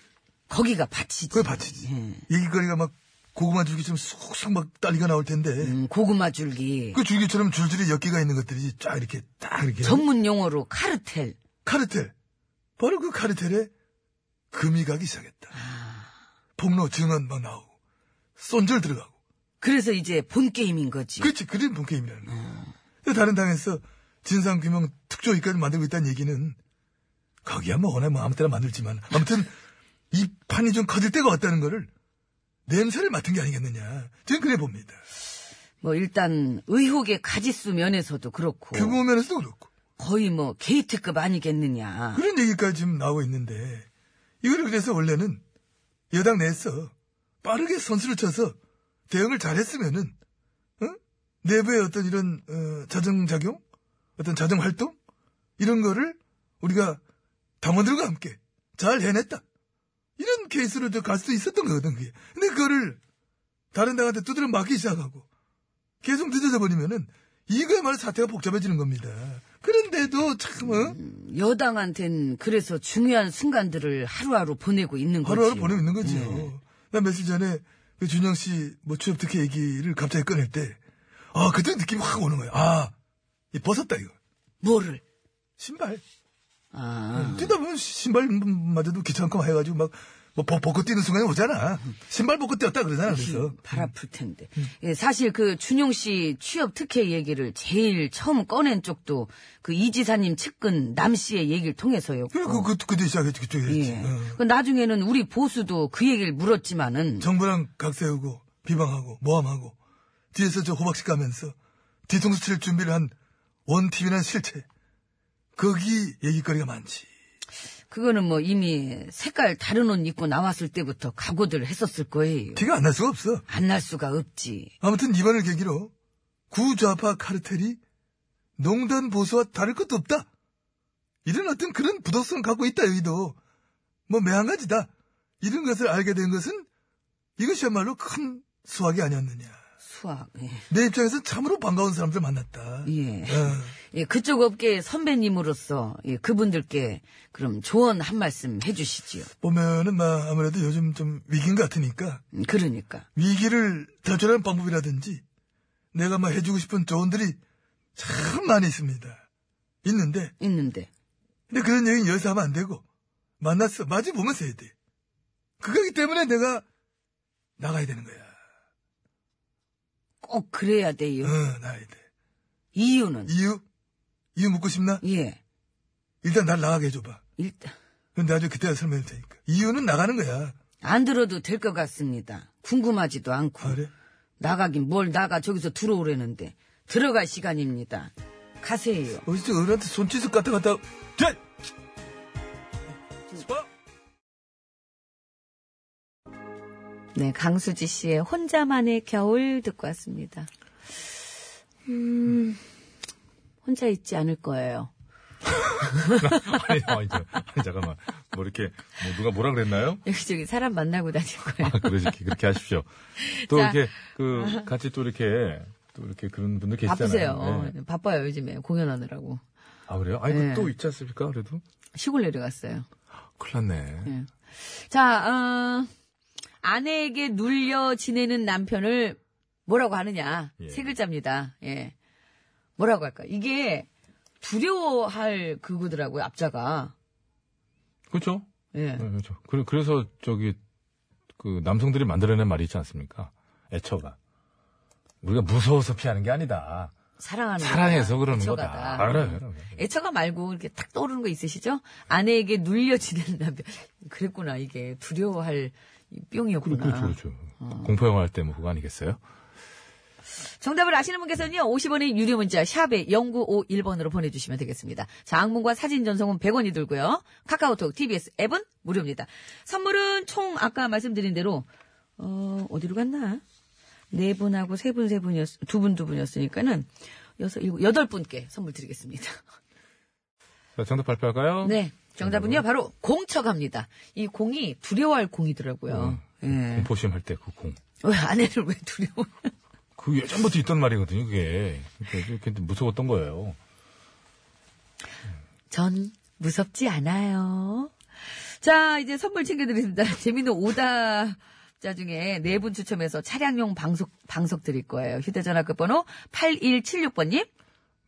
Speaker 2: 거기가 바치지.
Speaker 7: 그걸 바치지.
Speaker 2: 음.
Speaker 7: 얘기거리가 막 고구마 줄기처럼 쏙쏙 막 딸기가 나올 텐데
Speaker 2: 음, 고구마 줄기.
Speaker 7: 그 줄기처럼 줄줄이 엿기가 있는 것들이 쫙 이렇게 딱 이렇게
Speaker 2: 전문 용어로 카르텔.
Speaker 7: 카르텔. 바로 그 카르텔에 금이 가기 시작했다. 폭로 증언 막 나오고 쏜절 들어가고
Speaker 2: 그래서 이제 본 게임인 거지.
Speaker 7: 그렇지 그게 본 게임이라는 거야. 근데 다른 당에서 진상규명 특조위까지 만들고 있다는 얘기는 거기야 뭐 워낙 뭐 아무 때나 만들지만 아무튼 이 판이 좀 커질 때가 왔다는 거를 냄새를 맡은 게 아니겠느냐 저는 그래 봅니다.
Speaker 2: 뭐 일단 의혹의 가지수 면에서도 그렇고,
Speaker 7: 규모 면에서도 그렇고
Speaker 2: 거의 뭐 게이트급 아니겠느냐.
Speaker 7: 그런 얘기까지 지금 나오고 있는데 이거를 그래서 원래는 여당 내에서 빠르게 선수를 쳐서 대응을 잘했으면은 어? 내부의 어떤 이런 어, 자정작용 어떤 자정활동 이런 거를 우리가 당원들과 함께 잘 해냈다 이런 케이스로 이제 갈 수도 있었던 거거든 그게 근데 그거를 다른 당한테 두드려 맞기 시작하고 계속 늦어져 버리면은 이거야말로 사태가 복잡해지는 겁니다 그런데도 참 어?
Speaker 2: 여당한텐 그래서 중요한 순간들을 하루하루 보내고 있는 거지. 네.
Speaker 7: 하루하루 보내고 있는 거지요. 나 며칠 전에 그 준영 씨뭐 취업 특혜 얘기를 갑자기 꺼낼 때, 아 그때 느낌이 확 오는 거야. 아, 이 벗었다 이거.
Speaker 2: 뭐를?
Speaker 7: 신발. 음,
Speaker 2: 아,
Speaker 7: 뛰다 보면 시- 신발마저도 귀찮고 해가지고 막뭐 벗고 뛰는 순간이 오잖아. 신발 벗고 뛰었다 그러잖아. 그래서
Speaker 2: 발 아플 음,
Speaker 7: 음.
Speaker 2: 텐데. 예, 사실 그 준용 씨 취업 특혜 얘기를 제일 처음 꺼낸 쪽도 그 이지사님 측근 남 씨의 얘기를 통해서였고.
Speaker 7: 그래 그, 그, 그때 시작했지 그쪽에 했지.
Speaker 2: 어. 예.
Speaker 7: 어.
Speaker 2: 그 나중에는 우리 보수도 그 얘기를 물었지만은
Speaker 7: 정부랑 각 세우고 비방하고 모함하고 뒤에서 저 호박씨 까면서 뒤통수 칠 준비를 한 원팀이란 실체. 거기 얘기거리가 많지.
Speaker 2: 그거는 뭐 이미 색깔 다른 옷 입고 나왔을 때부터 각오들 했었을 거예요.
Speaker 7: 티가 안 날 수가 없어.
Speaker 2: 안 날 수가 없지.
Speaker 7: 아무튼 이번을 계기로 구좌파 카르텔이 농단 보수와 다를 것도 없다. 이런 어떤 그런 부도성 갖고 있다 여기도 뭐 매한가지다. 이런 것을 알게 된 것은 이것이야말로 큰 수확이 아니었느냐.
Speaker 2: 수학. 예.
Speaker 7: 내 입장에서 참으로 반가운 사람들 만났다.
Speaker 2: 예.
Speaker 7: 어,
Speaker 2: 예, 그쪽 업계의 선배님으로서 예, 그분들께 그럼 조언 한 말씀 해주시지요.
Speaker 7: 보면은 막 아무래도 요즘 좀 위기인 것 같으니까
Speaker 2: 음, 그러니까
Speaker 7: 위기를 탈출하는 방법이라든지 내가 막 해주고 싶은 조언들이 참 많이 있습니다. 있는데
Speaker 2: 있는데
Speaker 7: 근데 그런 얘기는 여기서 하면 안 되고, 만났어. 마주 보면서 해야 돼. 그거기 때문에 내가 나가야 되는 거야.
Speaker 2: 꼭 그래야 돼요.
Speaker 7: 어, 나가야 돼.
Speaker 2: 이유는
Speaker 7: 이유? 이유 묻고 싶나?
Speaker 2: 예
Speaker 7: 일단 날 나가게 해줘봐.
Speaker 2: 일단
Speaker 7: 그럼 나중에 그때 설명해 줄 테니까. 이유는 나가는 거야.
Speaker 2: 안 들어도 될 것 같습니다. 궁금하지도 않고
Speaker 7: 아, 그래?
Speaker 2: 나가긴 뭘 나가 저기서 들어오려는데 들어갈 시간입니다. 가세요.
Speaker 7: 어디서 어른한테 손짓을 갖다 갖다, 돼!
Speaker 8: 네, 강수지 씨의 혼자만의 겨울 듣고 왔습니다. 음, 혼자 있지 않을 거예요.
Speaker 1: 아니, 아니, 저- 아니, 잠깐만. 뭐 이렇게 뭐 누가 뭐라 그랬나요?
Speaker 8: 여기저기 사람 만나고 다닐 거예요.
Speaker 1: 아, 그러시 그렇게 하십시오. 또
Speaker 8: 자. 아.
Speaker 1: 이렇게 그 같이 또 이렇게 또 이렇게 그런 분들 계시잖아요.
Speaker 8: 바쁘세요.
Speaker 9: 예.
Speaker 1: 네.
Speaker 8: 바빠요, 요즘에 공연하느라고.
Speaker 1: 아 그래요? 아니 그
Speaker 8: 네.
Speaker 1: 또 있지 않습니까? 그래도
Speaker 8: 시골 내려갔어요.
Speaker 9: 큰일 났네.
Speaker 2: 자, 어, 아내에게 눌려 지내는 남편을 뭐라고 하느냐.
Speaker 9: 예.
Speaker 2: 세 글자입니다. 예. 뭐라고 할까? 이게 두려워할 그거더라고요, 앞자가.
Speaker 9: 그렇죠?
Speaker 2: 예.
Speaker 9: 네, 그렇죠. 그래, 그래서 저기 그 남성들이 만들어낸 말이 있지 않습니까? 애처가 우리가 무서워서 피하는 게 아니다.
Speaker 2: 사랑하는 거다.
Speaker 9: 사랑해서 그러는
Speaker 2: 아, 애처가다.
Speaker 9: 거다. 알아요. 알아요.
Speaker 2: 애처가 말고 이렇게 탁 떠오르는 거 있으시죠? 아내에게 눌려 지내는 남편. 그랬구나, 이게. 두려워할 이
Speaker 9: 그렇-
Speaker 2: 뿅이었구나.
Speaker 9: 그렇죠, 그렇죠.
Speaker 2: 어.
Speaker 9: 공포 영화 할 때 뭐 그거 아니겠어요?
Speaker 2: 정답을 아시는 분께서는요, 50원의 유료 문자, 샵에 0951번으로 보내주시면 되겠습니다. 자, 악문과 사진 전송은 100원이 들고요. 카카오톡, TBS 앱은 무료입니다. 선물은 총 아까 말씀드린 대로, 어, 어디로 갔나? 네 분하고 세 분, 세 분이었, 두 분, 두 분이었으니까는, 여섯, 일곱, 여덟 분께 선물 드리겠습니다.
Speaker 9: 자, 정답 발표할까요?
Speaker 2: 네. 정답은요, 바로 공처갑니다. 이 공이 두려워할 공이더라고요.
Speaker 9: 음.
Speaker 2: 예.
Speaker 9: 공포심 할 때 그 공.
Speaker 2: 왜 아내를 왜 두려워?
Speaker 9: 그 예전부터 있던 말이거든요, 그게. 그게 무서웠던 거예요.
Speaker 2: 전 무섭지 않아요. 자, 이제 선물 챙겨드립니다. 재밌는 오다. 자 중에 네 분 추첨해서 차량용 방석 방석 드릴 거예요. 휴대전화 끝번호 8176번님,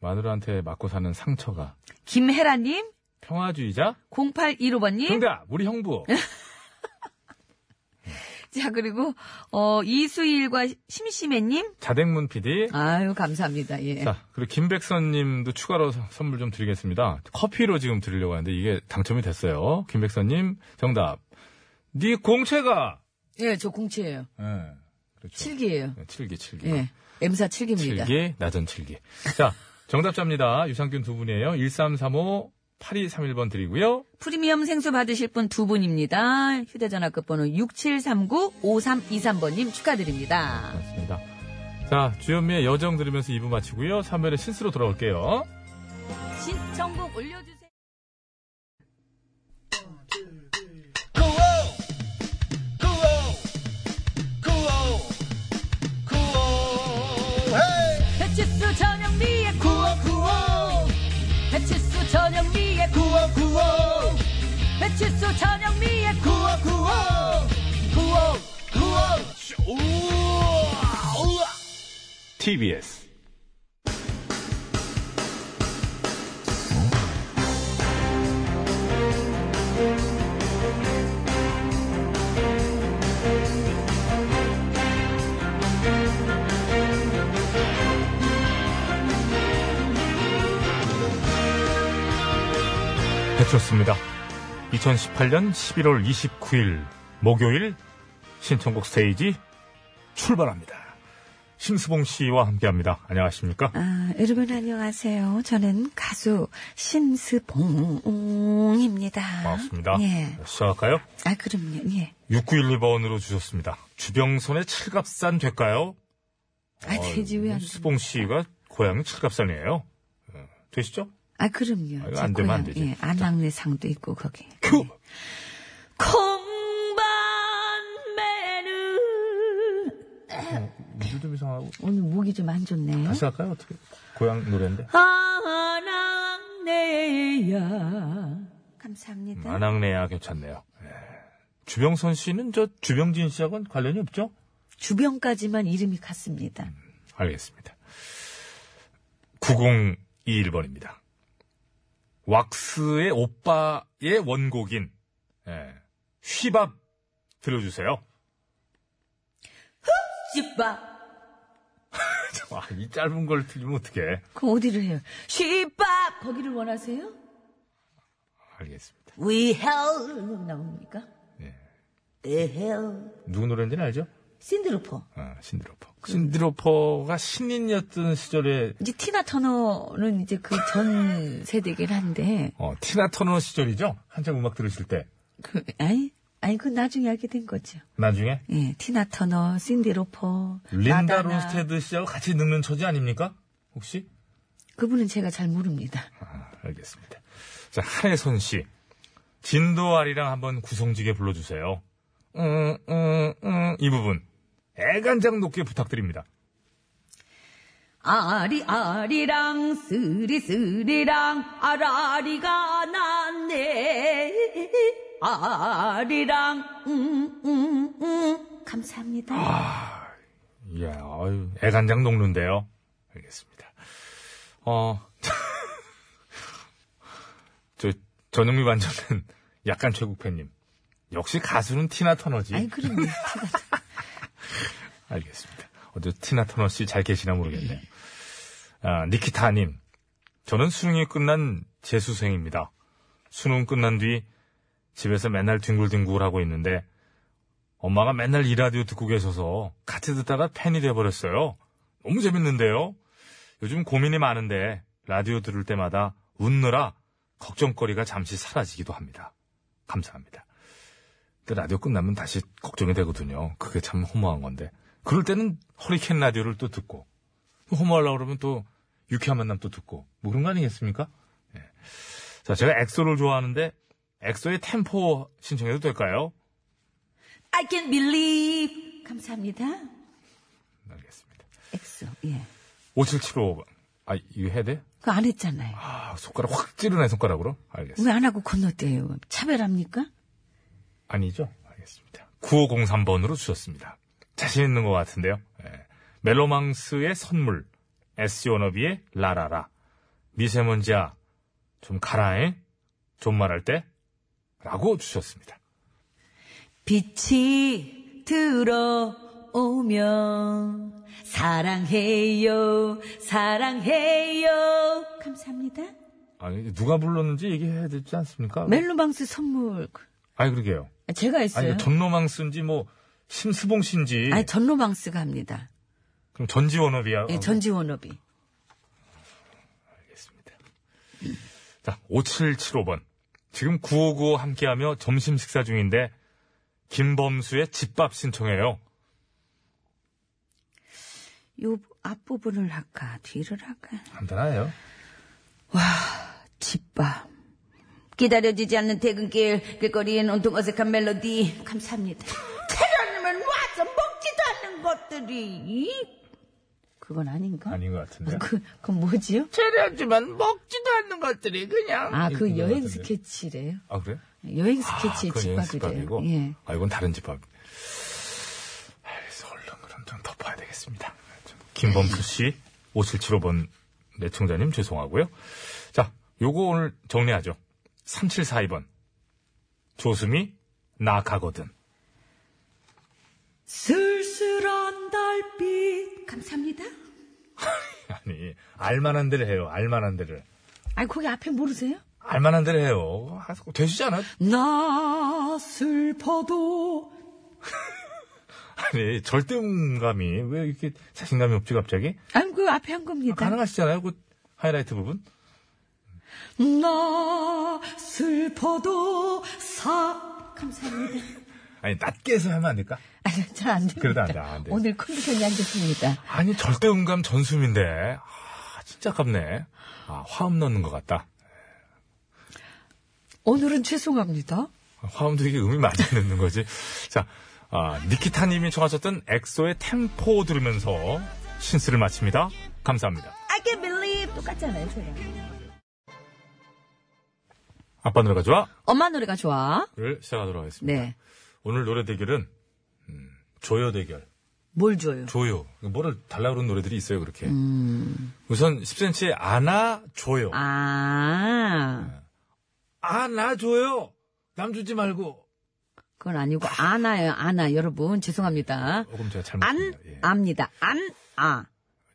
Speaker 9: 마누라한테 맞고 사는 상처가.
Speaker 2: 김혜라님,
Speaker 9: 평화주의자?
Speaker 2: 0815번님,
Speaker 9: 정답! 우리 형부!
Speaker 2: 예? 자 그리고 어 이수일과 심심해님,
Speaker 9: 자댕문 PD.
Speaker 2: 아유 감사합니다. 예.
Speaker 9: 자, 그리고 김백선 님도 추가로 서- 선물 좀 드리겠습니다. 커피로 지금 드리려고 하는데 이게 당첨이 됐어요. 김백선 님, 정답. 네 공채가!
Speaker 2: 예, 저 공채예요.
Speaker 9: 예. 그렇죠.
Speaker 2: 칠기예요.
Speaker 9: 네, 칠기, 칠기.
Speaker 2: 예. M사 칠기입니다.
Speaker 9: 칠기, 낮은 칠기. 자, 정답자입니다. 유산균 두 분이에요. 1335, 8231번 드리고요.
Speaker 2: 프리미엄 생수 받으실 분 두 분입니다. 휴대전화 끝번호 6739-5323번님 축하드립니다.
Speaker 9: 맞습니다. 자, 주현미의 여정 들으면서 2부 마치고요. 3회에 신스로 돌아올게요.
Speaker 2: 신청곡 올려주세요. 배치수 전영미의 구호구호 배치수 전영미의 구호구호 배치수 전영미의 구호
Speaker 5: TBS
Speaker 9: 배쳤습니다. 2018년 11월 29일 목요일 신청곡 스테이지 출발합니다. 심수봉 씨와 함께합니다. 안녕하십니까?
Speaker 2: 아, 여러분 안녕하세요. 저는 가수 심스봉입니다.
Speaker 9: 반갑습니다.
Speaker 2: 예.
Speaker 9: 시작할까요?
Speaker 2: 아, 그럼요. 예.
Speaker 9: 6912번으로 주셨습니다. 주병선의 칠갑산 될까요?
Speaker 2: 아, 되지 왜안
Speaker 9: 수봉 씨가 고향이 칠갑산이에요. 어, 되시죠?
Speaker 2: 아, 그럼요.
Speaker 9: 아, 이거
Speaker 2: 제
Speaker 9: 안 되면
Speaker 2: 고향,
Speaker 9: 안 되지.
Speaker 2: 예, 안악내 상도 있고, 거기.
Speaker 9: 큐!
Speaker 2: 콩반매는
Speaker 9: 무슨 좀 이상하고.
Speaker 2: 오늘 목이 좀 안 좋네.
Speaker 9: 다시 할까요? 어떻게? 고향 노래인데.
Speaker 2: 안악내야. 감사합니다.
Speaker 9: 안악내야 괜찮네요. 예. 주병선 씨는 저 주병진 씨하고는 관련이 없죠?
Speaker 2: 주변까지만 이름이 같습니다.
Speaker 9: 음. 알겠습니다. 9021번입니다. 왁스의 오빠의 원곡인 예, 휘밥 들려주세요.
Speaker 2: 쥐밥.
Speaker 9: 와, 이 짧은 걸 틀리면 어떡해.
Speaker 2: 그럼 어디를 해요? 쥐밥! 거기를 원하세요?
Speaker 9: 알겠습니다.
Speaker 10: We help
Speaker 2: 그럼 나옵니까?
Speaker 9: 예.
Speaker 10: the help
Speaker 9: 누구 노래인지는 알죠?
Speaker 2: 신드로퍼.
Speaker 9: 아, 신드로퍼. 신드로퍼가 신인이었던 시절에
Speaker 2: 이제 티나 터너는 이제 그 전 세대긴 한데,
Speaker 9: 어, 티나 터너 시절이죠? 한참 음악 들으실 때.
Speaker 2: 그, 아니, 아니, 그건 나중에 알게 된 거죠.
Speaker 9: 나중에
Speaker 2: 예, 티나 터너, 신디 로퍼,
Speaker 9: 린다
Speaker 2: 마다나.
Speaker 9: 론스테드 씨하고 같이 늙는 처지 아닙니까? 혹시?
Speaker 2: 그분은 제가 잘 모릅니다.
Speaker 9: 아, 알겠습니다. 자, 한혜선 씨. 진도아리랑 한번 구성지게 불러주세요. 음, 음, 음, 이 부분. 애간장 높게 부탁드립니다.
Speaker 2: 아리 아리랑 쓰리 쓰리랑 아라리가 났네.
Speaker 11: 아리랑 음, 음, 음. 감사합니다.
Speaker 9: 예, 아유, 애간장 녹는데요. 알겠습니다. 어, 저, 전영미 반장은 약간 최국팬님. 역시 가수는 티나 터너지.
Speaker 2: 아니, 그럼.
Speaker 9: 알겠습니다. 어제 티나 터너 씨 잘 계시나 모르겠네요. 아, 니키타님. 저는 수능이 끝난 재수생입니다. 수능 끝난 뒤 집에서 맨날 뒹굴뒹굴 하고 있는데 엄마가 맨날 이 라디오 듣고 계셔서 같이 듣다가 팬이 돼버렸어요. 너무 재밌는데요. 요즘 고민이 많은데 라디오 들을 때마다 웃느라 걱정거리가 잠시 사라지기도 합니다. 감사합니다. 근데 라디오 끝나면 다시 걱정이 되거든요. 그게 참 허무한 건데. 그럴 때는 허리케인 라디오를 또 듣고, 또 허무하려고 그러면 또 유쾌한 만남 또 듣고, 뭐 그런 거 아니겠습니까? 예. 자, 제가 엑소를 좋아하는데, 엑소의 템포 신청해도 될까요?
Speaker 2: I can believe. 감사합니다.
Speaker 9: 알겠습니다.
Speaker 2: 엑소, 예.
Speaker 9: 5775. 아, 이거 해야 돼?
Speaker 2: 그거 안 했잖아요.
Speaker 9: 아, 손가락 확 찌르네, 손가락으로? 알겠습니다.
Speaker 2: 왜 안 하고 건너뛰어요? 차별합니까?
Speaker 9: 아니죠? 알겠습니다. 9503번으로 주셨습니다. 자신 있는 것 같은데요. 예. 멜로망스의 선물, 에스요너비의 라라라, 미세먼지야 좀 가라해, 존말할 때 라고 주셨습니다.
Speaker 2: 빛이 들어오면 사랑해요, 사랑해요. 감사합니다.
Speaker 9: 아니 누가 불렀는지 얘기해야 되지 않습니까?
Speaker 2: 멜로망스 선물.
Speaker 9: 아니 그러게요.
Speaker 2: 아, 제가
Speaker 9: 어. 아니
Speaker 2: 했어요.
Speaker 9: 그 전로망스인지 뭐 심수봉 씨인지
Speaker 2: 아니, 전로망스가 합니다.
Speaker 9: 그럼 전지원업이야.
Speaker 2: 예, 전지원업이.
Speaker 9: 알겠습니다. 자, 5775번. 지금 9595 함께하며 점심 식사 중인데, 김범수의 집밥 신청해요.
Speaker 2: 요 앞부분을 할까, 뒤를 할까.
Speaker 9: 간단하네요.
Speaker 2: 집밥. 기다려지지 않는 퇴근길, 그 길거리엔 온통 어색한 멜로디. 감사합니다. 차려놓으면 와서 먹지도 않는 것들이. 그건 아닌가?
Speaker 9: 아닌 것 같은데.
Speaker 2: 그, 그건 뭐지요?
Speaker 12: 체력지만 먹지도 않는 것들이 그냥.
Speaker 2: 아, 그
Speaker 9: 이건
Speaker 2: 여행
Speaker 9: 같은데.
Speaker 2: 스케치래요.
Speaker 9: 아, 그래?
Speaker 2: 여행 스케치
Speaker 9: 그건 여행
Speaker 2: 집밥이래요.
Speaker 9: 집밥이고.
Speaker 2: 예.
Speaker 9: 아, 이건 다른 집밥. 알겠어. 얼른 그럼 좀 덮어야 되겠습니다. 좀 김범수 씨, 5775번 내청자님 죄송하고요. 자, 요거 오늘 정리하죠. 3742번. 조수미, 나 가거든.
Speaker 2: 쓸쓸한 달빛. 감사합니다.
Speaker 9: 아니, 알만한 데를 해요, 알만한 데를.
Speaker 2: 아니, 거기 앞에 모르세요?
Speaker 9: 알만한 데를 해요. 아, 되시잖아.
Speaker 2: 나 슬퍼도.
Speaker 9: 아니, 절대음감이 왜 이렇게 자신감이 없지, 갑자기?
Speaker 2: 아니, 그 앞에 한 겁니다.
Speaker 9: 가능하시잖아요, 그 하이라이트 부분.
Speaker 2: 나 슬퍼도 사. 감사합니다.
Speaker 9: 아니, 낮게 해서 하면 안 될까?
Speaker 2: 아니, 잘 안 됩니다.
Speaker 9: 그래도 안 돼, 안 돼.
Speaker 2: 오늘 컨디션이 안 좋습니다.
Speaker 9: 아니, 절대음감 전수민데. 아, 진짜 아깝네. 아, 화음 넣는 것 같다.
Speaker 2: 오늘은 죄송합니다.
Speaker 9: 화음도 이게 음이 맞아 넣는 거지. 자, 아, 니키타님이 청하셨던 엑소의 템포 들으면서 신스를 마칩니다. 감사합니다.
Speaker 2: I can believe. 똑같잖아요, 제가.
Speaker 9: 아빠 노래가 좋아?
Speaker 2: 엄마 노래가 좋아.
Speaker 9: 를 시작하도록 하겠습니다.
Speaker 2: 네.
Speaker 9: 오늘 노래 대결은 음, 조요 대결.
Speaker 2: 뭘 줘요?
Speaker 9: 조요. 뭐를 달라고 그런 노래들이 있어요, 그렇게.
Speaker 2: 음.
Speaker 9: 우선 10cm의 안아 줘요.
Speaker 2: 아,
Speaker 9: 안아 줘요. 남 주지 말고.
Speaker 2: 그건 아니고, 아나요, 아나. 여러분, 죄송합니다.
Speaker 9: 어, 그럼 제가 잘못
Speaker 2: 안,
Speaker 9: 했네요. 예,
Speaker 2: 압니다. 안, 아.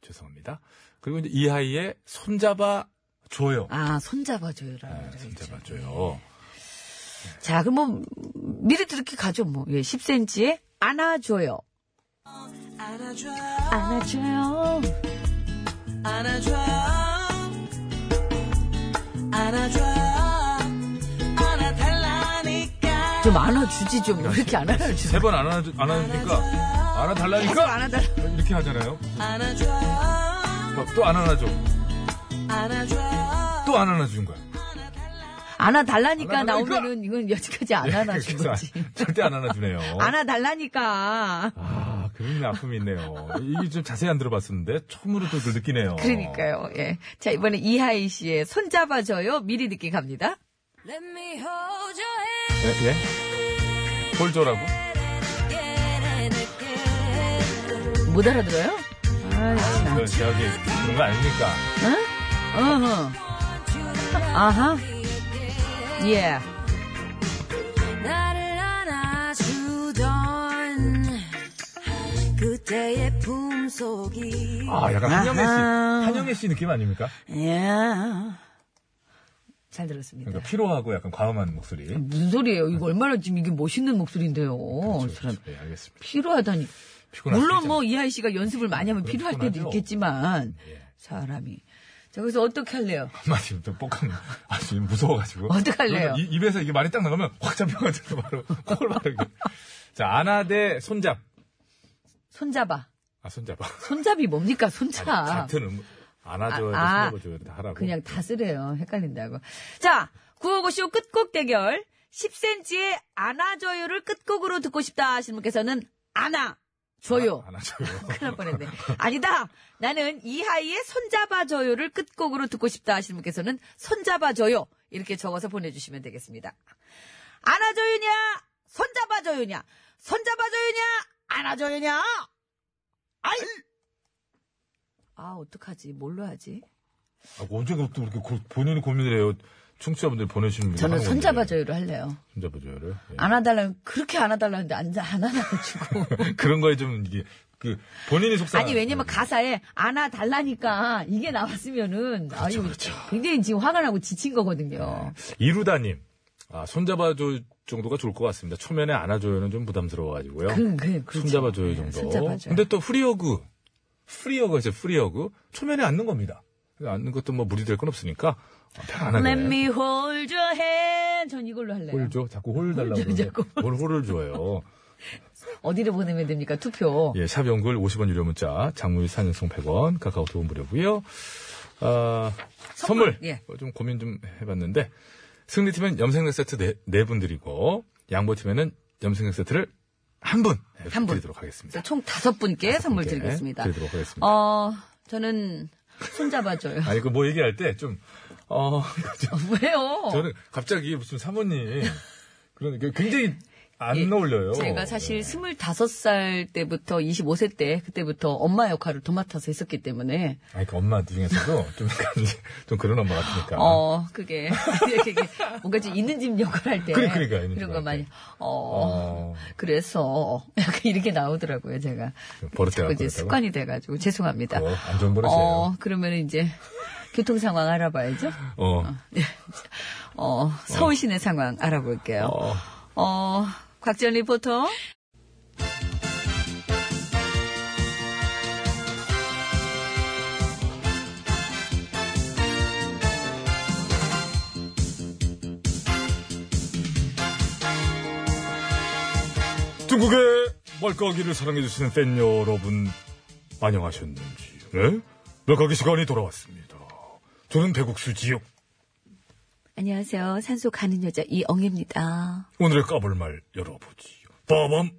Speaker 9: 죄송합니다. 그리고 이제 이하이의 손잡아 줘요.
Speaker 2: 아, 그렇죠. 손잡아줘요.
Speaker 9: 네, 손잡아 줘요.
Speaker 2: 자, 그럼 뭐, 미리 이렇게 가죠, 뭐. 예, 10cm에 안아줘요. 안아줘요.
Speaker 4: 아,
Speaker 2: 좀 안아주지, 좀. 왜 이렇게 안 안아주지?
Speaker 9: 세 번 안 안아 안 안아주니까 안아
Speaker 2: 계속
Speaker 9: 달라니까
Speaker 2: 안아달라.
Speaker 9: 이렇게 하잖아요. 뭐 또 안 안아줘. 또 안 안아준 거야.
Speaker 2: 안아달라니까
Speaker 9: 안아달라니까.
Speaker 2: 나오면은 이건 여태까지 안 안아준
Speaker 9: 그러니까 그래서
Speaker 2: 거지.
Speaker 9: 안- 절대 안 안아주네요.
Speaker 2: 안아달라니까.
Speaker 9: 아, 그런 아픔이 있네요. 이게 좀 자세히 안 들어봤었는데 처음으로 또 그걸 느끼네요.
Speaker 2: 그러니까요, 예. 자, 이번에 이하이 씨의 손잡아줘요. 미리 듣기 갑니다.
Speaker 13: Let me hold your hand.
Speaker 14: 예?
Speaker 9: 뭘 줘라고?
Speaker 2: 못 알아들어요? 아, 참.
Speaker 9: 그, 저기, 그런 거 아닙니까?
Speaker 2: 어허. 아하. 예.
Speaker 15: 나를 안아주던 그때의 품속이
Speaker 9: 아, 약간 한영애 씨, 한영애 씨 느낌 아닙니까?
Speaker 2: 예. 잘 들었습니다.
Speaker 9: 그러니까 피로하고 약간 과음한 목소리.
Speaker 2: 무슨 소리예요? 이거 얼마나 지금 이게 멋있는 목소리인데요. 사람
Speaker 9: 네, 알겠습니다.
Speaker 2: 필요하다니.
Speaker 9: 피곤할 수
Speaker 2: 어, 물론
Speaker 9: 있잖아요.
Speaker 2: 뭐 이하이 씨가 연습을 많이 하면 필요할 때도
Speaker 9: 피곤하죠. 예.
Speaker 2: 있겠지만 사람이 자 그래서 어떻게 할래요?
Speaker 9: 한마디 좀 뻑하면 아주 무서워가지고.
Speaker 2: 어떡할래요?
Speaker 9: 이- 입에서 이게 말이 딱 나가면 확 잡혀가지고 바로 콜 바르게. 자, 안아대 손잡.
Speaker 2: 손잡아.
Speaker 9: 아, 손잡아.
Speaker 2: 손잡이 뭡니까? 손잡.
Speaker 9: 아니, 같은 음, 안아줘야 돼,
Speaker 2: 아, 아.
Speaker 9: 손잡아줘야 돼, 하라고.
Speaker 2: 그냥 다 쓰래요. 헷갈린다고. 자, 구호고쇼 끝곡 대결. 10cm의 안아줘요를 끝곡으로 듣고 싶다 하시는 분께서는 안아줘요.
Speaker 9: 안아줘요.
Speaker 2: 큰일 날 뻔했네. 아니다. 나는 이하이의 손잡아줘요를 끝곡으로 듣고 싶다 하시는 분께서는 손잡아줘요. 이렇게 적어서 보내주시면 되겠습니다. 안아줘요냐? 손잡아줘요냐? 손잡아줘요냐? 안아줘요냐? 아이! 아, 어떡하지? 뭘로 하지?
Speaker 9: 아, 언제부터 이렇게 고- 본인이 고민을 해요? 청취자분들이 보내시는 분이.
Speaker 2: 저는
Speaker 9: 하는 건데.
Speaker 2: 어, 손잡아줘요를 할래요.
Speaker 9: 손잡아줘요를. 예.
Speaker 2: 안아달라면, 그렇게 안아달라는데 안, 안 안아주고.
Speaker 9: 그런 거에 좀 이게 그 본인이 음, 속상.
Speaker 2: 아니, 왜냐면 가사에 안아달라니까 이게 나왔으면은. 아유, 굉장히 지금 화가 나고 지친 거거든요.
Speaker 9: 그렇죠, 이루다님. 아, 손잡아줘 정도가 좋을 것 같습니다. 초면에 안아줘요는 좀 부담스러워가지고요.
Speaker 2: 그, 그, 그렇죠.
Speaker 9: 손잡아줘요
Speaker 2: 네,
Speaker 9: 정도.
Speaker 2: 손잡아줘요.
Speaker 9: 근데 또 프리어그, 프리어그 이제 프리어그 초면에 앉는 겁니다. 앉는 것도 뭐 무리될 건 없으니까 아, 잘안
Speaker 2: Let
Speaker 9: 하네.
Speaker 2: me hold your hand. 전 이걸로 할래요.
Speaker 9: 홀 줘, 자꾸 홀 달라고
Speaker 2: 홀 줘,
Speaker 9: 그러는데
Speaker 2: 자꾸.
Speaker 9: 뭘 홀을 줘요.
Speaker 2: 어디로 보내면 됩니까? 투표.
Speaker 9: 예, 샵 연글 50원 유료 문자, 장무일 산연송 100원, 카카오톡은 무료고요. 아, 선물,
Speaker 2: 예.
Speaker 9: 어, 좀 고민 좀 해봤는데 승리팀엔 염색약 세트 네, 네분 드리고 양보팀에는 염색약 세트를 한 분, 네,
Speaker 2: 한 분.
Speaker 9: 드리도록 하겠습니다.
Speaker 2: 그래서 총 다섯 분께 선물
Speaker 9: 분께
Speaker 2: 드리겠습니다.
Speaker 9: 드리도록 하겠습니다.
Speaker 2: 어, 저는 손잡아줘요. 어,
Speaker 9: 아니 그 뭐 얘기할 때 좀 어,
Speaker 2: 왜요?
Speaker 9: 저는 갑자기 무슨 사모님 그런 게 굉장히 안 어울려요.
Speaker 2: 예, 제가 사실 25살 때부터 25세 때 그때부터 엄마 역할을 도맡아서 했었기 때문에
Speaker 9: 아니 그 엄마 중에서도 좀, 약간 이제 좀 그런 엄마 같으니까.
Speaker 2: 어 그게 이렇게 이게 뭔가 좀 있는 집 역할 할때
Speaker 9: 그래, 그러니까, 있는
Speaker 2: 이런
Speaker 9: 집
Speaker 2: 거
Speaker 9: 할
Speaker 2: 많이
Speaker 9: 때.
Speaker 2: 어,
Speaker 9: 어,
Speaker 2: 그래서 약간 이렇게 나오더라고요 제가
Speaker 9: 좀
Speaker 2: 자꾸
Speaker 9: 버릇돼갖고
Speaker 2: 이제
Speaker 9: 그랬다고?
Speaker 2: 습관이 돼가지고 죄송합니다.
Speaker 9: 그거 안 좋은 버릇이에요.
Speaker 2: 어 그러면 이제 교통 상황 알아봐야죠.
Speaker 9: 어.
Speaker 2: 어 서울 시내 상황 알아볼게요.
Speaker 9: 어.
Speaker 2: 어, 곽지연 리포터.
Speaker 9: 중국의 말까기를 사랑해주시는 팬 여러분, 안녕하셨는지, 네? 말까기 시간이 돌아왔습니다. 저는 배국수지요.
Speaker 2: 안녕하세요. 산소 가는 여자 이엉입니다.
Speaker 9: 오늘의 까불말 열어보지요. 빠밤!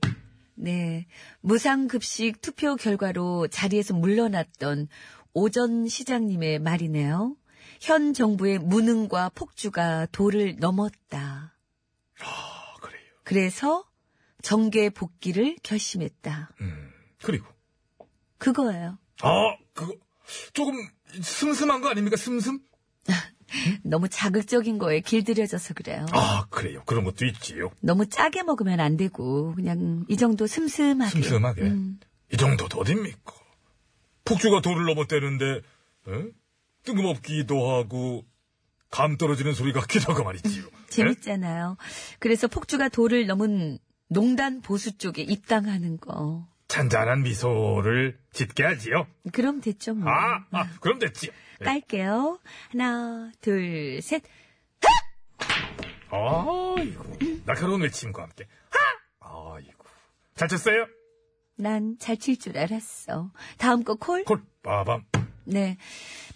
Speaker 2: 네. 무상급식 투표 결과로 자리에서 물러났던 오전 시장님의 말이네요. 현 정부의 무능과 폭주가 도를 넘었다.
Speaker 9: 아, 그래요.
Speaker 2: 그래서 정계 복귀를 결심했다.
Speaker 9: 음. 그리고,
Speaker 2: 그거예요.
Speaker 9: 아, 그거, 조금, 슴슴한 거 아닙니까? 슴슴?
Speaker 2: 너무 자극적인 거에 길들여져서 그래요.
Speaker 9: 아, 그래요. 그런 것도 있지요.
Speaker 2: 너무 짜게 먹으면 안 되고 그냥 이 정도 슴슴하게.
Speaker 9: 슴슴하게.
Speaker 2: 음.
Speaker 9: 이 정도도 어딥니까? 폭주가 돌을 넘어대는데, 에? 뜬금없기도 하고, 감 떨어지는 소리 같기도 하고 말이지요. 에?
Speaker 2: 음, 재밌잖아요. 그래서 폭주가 도를 넘은 농단 보수 쪽에 입당하는 거.
Speaker 9: 잔잔한 미소를 짓게 하지요.
Speaker 2: 그럼 됐죠 뭐.
Speaker 9: 아, 아, 그럼 됐지. 예.
Speaker 2: 깔게요. 하나, 둘, 셋.
Speaker 9: 아이고, 날카로운 외침과 함께. 하! 아이고. 잘 쳤어요?
Speaker 2: 난 잘 칠 줄 알았어. 다음 거 콜?
Speaker 9: 콜, 빠밤.
Speaker 2: 네.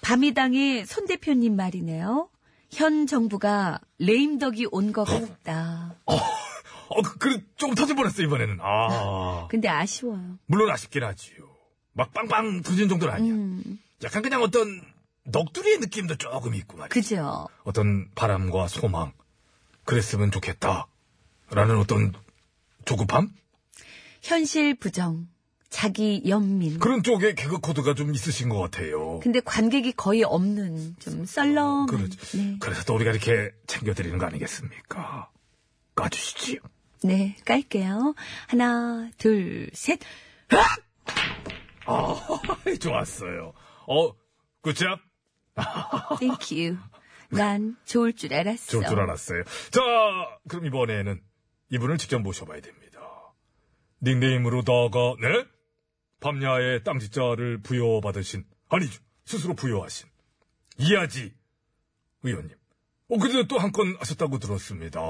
Speaker 2: 밤이당의 손 대표님 말이네요. 현 정부가 레임덕이 온 것 같다.
Speaker 9: 어, 그, 그래, 조금 터질 뻔했어, 이번에는. 아,
Speaker 2: 근데 아쉬워요.
Speaker 9: 물론 아쉽긴 하지요. 막 빵빵 터진 정도는 아니야. 약간 그냥 어떤 넋두리의
Speaker 2: 그-
Speaker 9: 느낌도 조금 있고 말이야.
Speaker 2: 그죠?
Speaker 9: 어떤 바람과 소망. 그랬으면 좋겠다. 라는 어떤 조급함?
Speaker 2: 현실 부정, 자기 연민.
Speaker 9: 그런 쪽에 개그 코드가 좀 있으신 것 같아요.
Speaker 2: 근데 관객이 거의 없는 좀 썰렁.
Speaker 9: 그렇죠.
Speaker 2: 네.
Speaker 9: 그래서 또 우리가 이렇게 챙겨드리는 거 아니겠습니까? 까주시지.
Speaker 2: 네, 깔게요. 하나, 둘, 셋.
Speaker 9: 아, 좋았어요. 어, 굿잡.
Speaker 2: Thank you. 난 좋을 줄 알았어.
Speaker 9: 좋을 줄 알았어요. 자, 그럼 이번에는 이분을 직접 모셔봐야 됩니다. 닉네임으로다가, 네? 밤야의 땅지자를 부여받으신, 아니죠. 스스로 부여하신, 이하지 의원님. 어, 그래도 또 한 건 하셨다고 들었습니다.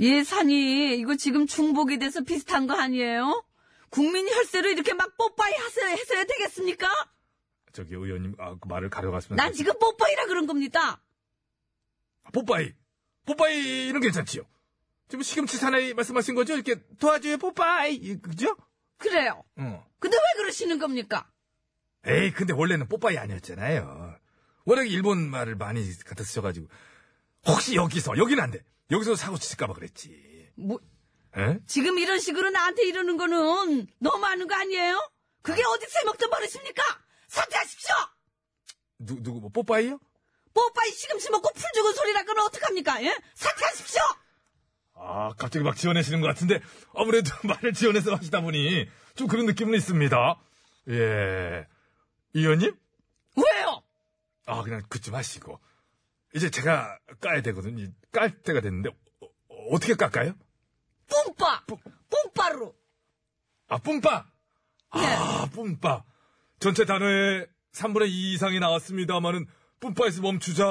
Speaker 2: 예산이 이거 지금 중복이 돼서 비슷한 거 아니에요? 국민 혈세를 이렇게 막 뽀빠이 하셔야, 했어야 되겠습니까?
Speaker 9: 저기 의원님, 아, 그 말을 가려갔으면.
Speaker 16: 네.
Speaker 2: 난 지금 뽀빠이라 그런 겁니다.
Speaker 9: 뽀빠이. 뽀빠이는 괜찮지요. 지금 시금치 사나이 말씀하신 거죠? 이렇게 도와줘요, 뽀빠이. 그죠?
Speaker 2: 그래요.
Speaker 9: 어.
Speaker 2: 근데 왜 그러시는 겁니까?
Speaker 9: 에이, 근데 원래는 뽀빠이 아니었잖아요. 워낙 일본 말을 많이 갖다 쓰셔가지고. 혹시 여기서, 여긴 안 돼. 여기서 사고 치실까봐 그랬지.
Speaker 2: 뭐,
Speaker 9: 에?
Speaker 2: 지금 이런 식으로 나한테 이러는 거는 너무하는 거 아니에요? 그게 어디 쓸먹던 버릇입니까? 사퇴하십시오!
Speaker 9: 누, 누구, 뭐, 뽀빠이요?
Speaker 2: 뽀빠이 시금치 먹고 풀 죽은 소리라고는 어떡합니까? 예? 사퇴하십시오!
Speaker 9: 아, 갑자기 막 지어내시는 것 같은데, 아무래도 말을 지어내서 하시다 보니, 좀 그런 느낌은 있습니다. 예. 이 의원님?
Speaker 2: 왜요?
Speaker 9: 아, 그냥 그쯤 하시고. 이제 제가 까야 되거든요. 이깔 때가 됐는데, 어, 떻게 깎아요?
Speaker 2: 뿜빠! 뿜빠로! 네.
Speaker 9: 아, 뿜빠! 아, 뿜빠. 전체 단어에 3분의 2 이상이 나왔습니다만은, 뿜빠에서 멈추자,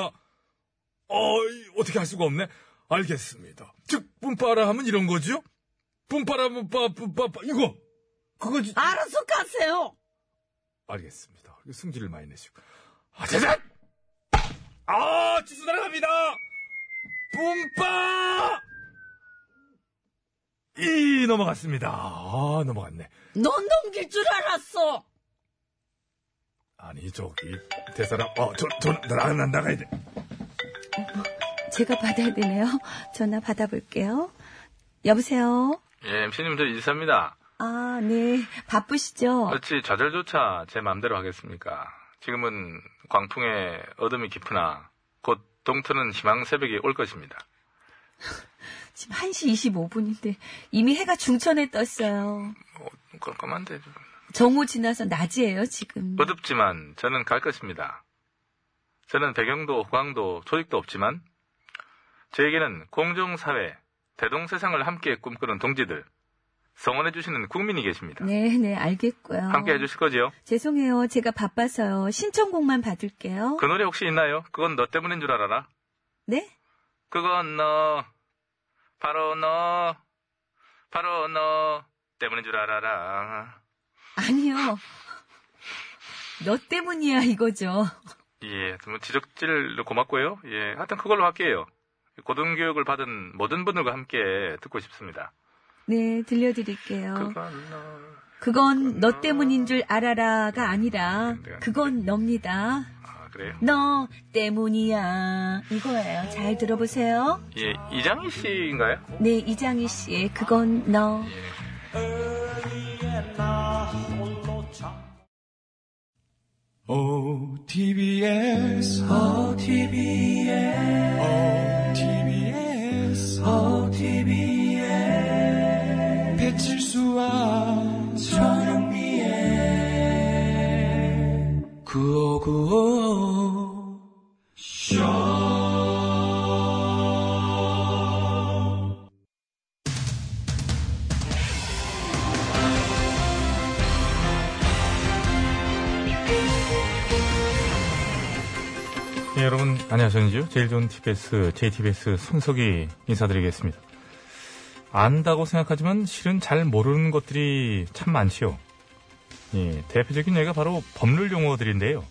Speaker 9: 어, 이, 어떻게 할 수가 없네? 알겠습니다. 즉, 뿜빠라 하면 이런 거지요? 뿜빠라, 뿜빠, 뿜빠, 빠- 이거! 그거지.
Speaker 2: 알아서 가세요!
Speaker 9: 알겠습니다. 승질을 많이 내시고. 아, 짜잔! 아, 지수 날아갑니다! 뿜빠! 이, 넘어갔습니다. 아, 넘어갔네.
Speaker 2: 넌 넘길 줄 알았어!
Speaker 9: 아니, 저기, 대사람, 어, 저, 저, 나, 나 나가야 돼.
Speaker 2: 제가 받아야 되네요. 전화 받아볼게요. 여보세요?
Speaker 16: 예, MC님 저 이사입니다. 아,
Speaker 2: 아, 네. 바쁘시죠?
Speaker 16: 어찌 좌절조차 제 마음대로 하겠습니까? 지금은 광풍에 어둠이 깊으나 곧 동트는 희망 새벽이 올 것입니다.
Speaker 2: 지금 1시 25분인데 이미 해가 중천에 떴어요.
Speaker 16: 깜깜한데 지금.
Speaker 2: 정오 지나서 낮이에요, 지금.
Speaker 16: 어둡지만 저는 갈 것입니다. 저는 배경도 호강도 조직도 없지만 저에게는 공정사회, 대동세상을 함께 꿈꾸는 동지들 성원해 주시는 국민이 계십니다.
Speaker 2: 네, 네, 알겠고요.
Speaker 16: 함께 해주실 거지요?
Speaker 2: 죄송해요. 제가 바빠서요. 신청곡만 받을게요.
Speaker 16: 그 노래 혹시 있나요? 그건 너 때문인 줄 알아라.
Speaker 2: 네?
Speaker 16: 그건 너 바로 너 바로 너 때문인 줄 알아라
Speaker 2: 아니요. 너 때문이야, 이거죠.
Speaker 16: 예, 뭐 지적질 고맙고요 예, 하여튼 그걸로 할게요 고등교육을 받은 모든 분들과 함께 듣고 싶습니다
Speaker 2: 네, 들려드릴게요.
Speaker 16: 그건 너
Speaker 2: 그건 너 때문인 줄 알아라가 아니라 그건 넙니다.
Speaker 16: 네, 아, 그래요?
Speaker 2: 너 때문이야 이거예요. 잘 들어보세요.
Speaker 16: 예, 이장희 씨인가요?
Speaker 2: 네 이장희 씨의 그건 너.
Speaker 13: OTBS, OTBS, OTBS, OTBS. 배칠수와 저녁미에 구호구호.
Speaker 16: 예, 여러분 안녕하셨는지요? 제일 좋은 TBS, JTBS 손석희 인사드리겠습니다. 안다고 생각하지만 실은 잘 모르는 것들이 참 많지요. 예, 대표적인 예가 바로 법률 용어들인데요.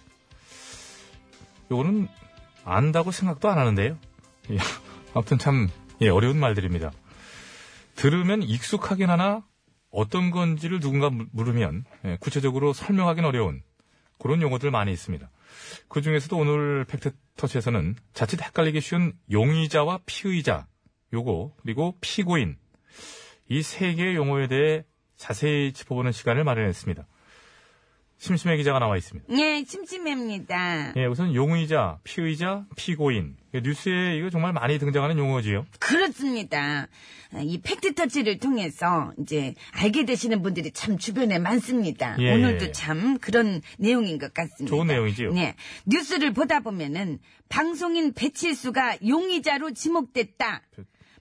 Speaker 16: 요거는 안다고 생각도 안 하는데요. 예, 아무튼 참 예, 어려운 말들입니다. 들으면 익숙하긴 하나 어떤 건지를 누군가 물- 물으면 예, 구체적으로 설명하긴 어려운 그런 용어들 많이 있습니다. 그 중에서도 오늘 팩트 터치에서는 자칫 헷갈리기 쉬운 용의자와 피의자
Speaker 9: 요거 그리고 피고인 이 세 개의 용어에 대해 자세히 짚어보는 시간을 마련했습니다. 심심해 기자가 나와 있습니다.
Speaker 2: 예, 찜찜합니다.
Speaker 9: 예, 우선 용의자, 피의자, 피고인 예, 뉴스에 이거 정말 많이 등장하는 용어지요.
Speaker 2: 그렇습니다. 아, 이 팩트터치를 통해서 이제 알게 되시는 분들이 참 주변에 많습니다.
Speaker 9: 예.
Speaker 2: 오늘도 참 그런 내용인 것 같습니다.
Speaker 9: 좋은 내용이지요.
Speaker 2: 네. 뉴스를 보다 보면은 방송인 배칠수가 용의자로 지목됐다.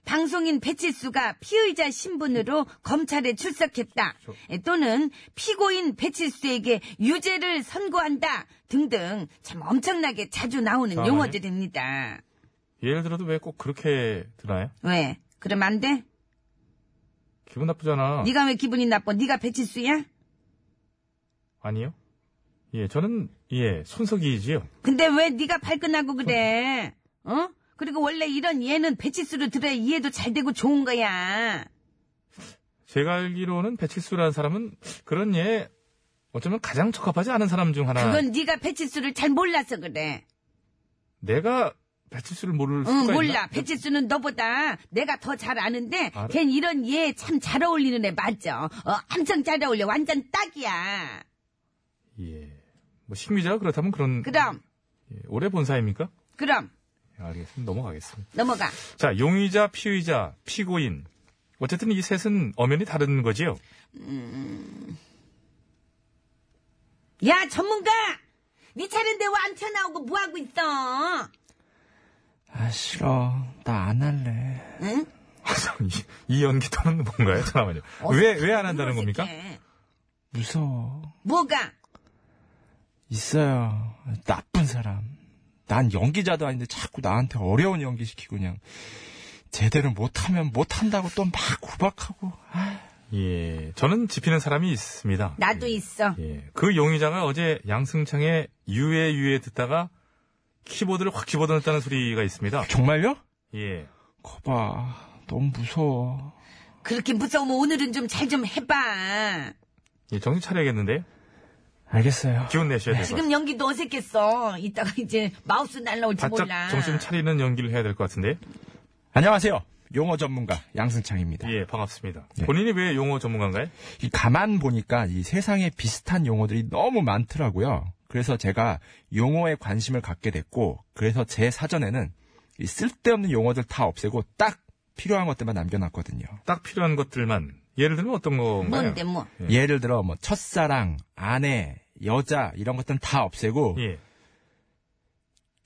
Speaker 2: 방송인 배칠수가 피의자 신분으로 검찰에 출석했다. 예, 또는 피고인 배칠수에게 유죄를 선고한다. 등등 참 엄청나게 자주 나오는
Speaker 9: 자,
Speaker 2: 용어들입니다.
Speaker 9: 예를 들어도 왜 꼭 그렇게 드나요?
Speaker 2: 왜? 그럼 안 돼?
Speaker 9: 기분 나쁘잖아.
Speaker 2: 네가 왜 기분이 나빠? 네가 배치수야?
Speaker 9: 아니요. 예, 저는 예 손석이지요.
Speaker 2: 근데 왜 네가 발끈하고 그래? 어? 그리고 원래 이런 얘는 배치수로 들어야 이해도 잘 되고 좋은 거야.
Speaker 9: 제가 알기로는 배칠수라는 사람은 그런 예 어쩌면 가장 적합하지 않은 사람 중 하나.
Speaker 2: 그건 네가 배치수를 잘 몰라서 그래.
Speaker 9: 내가 배칠수를 모를 수가
Speaker 2: 응,
Speaker 9: 있나?
Speaker 2: 음, 몰라. 배치수는 너보다 내가 더 잘 아는데
Speaker 9: 알아.
Speaker 2: 걘 이런 얘 참 잘 어울리는 애 맞죠? 어, 엄청 잘 어울려. 완전 딱이야.
Speaker 9: 예. 뭐 식미자가 그렇다면 그런
Speaker 2: 그럼,
Speaker 9: 예, 올해 본사입니까?
Speaker 2: 그럼
Speaker 9: 예, 알겠습니다. 넘어가겠습니다.
Speaker 2: 넘어가.
Speaker 9: 자, 용의자, 피의자, 피고인. 어쨌든 이 셋은 엄연히 다른 거지요.
Speaker 2: 야, 전문가! 네 차례인데 왜 안 튀어나오고 뭐 하고 있어?
Speaker 13: 아, 싫어. 나 안 할래.
Speaker 9: 이, 이 연기 또는 뭔가요? 잠깐만요.
Speaker 2: 어,
Speaker 9: 왜, 왜 안 한다는 겁니까?
Speaker 13: 무서워.
Speaker 2: 뭐가?
Speaker 13: 있어요. 나쁜 사람. 난 연기자도 아닌데 자꾸 나한테 어려운 연기 시키고 그냥 제대로 못하면 못한다고 또 막 구박하고. 아,
Speaker 9: 예. 저는 지피는 사람이 있습니다.
Speaker 2: 나도 있어.
Speaker 9: 그 용의자가 어제 양승창의 유해 유해 듣다가 키보드를 확 집어넣었다는 소리가 있습니다.
Speaker 13: 정말요?
Speaker 9: 예.
Speaker 13: 거봐. 너무 무서워.
Speaker 2: 그렇게 무서우면 오늘은 좀 잘 좀 해봐.
Speaker 9: 예, 정신 차려야겠는데요?
Speaker 13: 알겠어요.
Speaker 9: 기운 내셔야 될 것 같아요.
Speaker 2: 지금 연기도 어색했어. 이따가 이제 마우스 날라올지
Speaker 9: 바짝
Speaker 2: 몰라.
Speaker 9: 정신 차리는 연기를 해야 될 것 같은데.
Speaker 13: 안녕하세요. 용어 전문가 양승창입니다.
Speaker 9: 예, 반갑습니다. 본인이 왜 용어 전문가인가요?
Speaker 13: 이 가만 보니까 이 세상에 비슷한 용어들이 너무 많더라고요. 그래서 제가 용어에 관심을 갖게 됐고, 그래서 제 사전에는 이 쓸데없는 용어들 다 없애고 딱 필요한 것들만 남겨놨거든요.
Speaker 9: 딱 필요한 것들만. 예를 들면 어떤 건가요?
Speaker 2: 뭔데 뭐?
Speaker 13: 예를 들어 뭐 첫사랑, 아내, 여자 이런 것들은 다 없애고
Speaker 9: 예.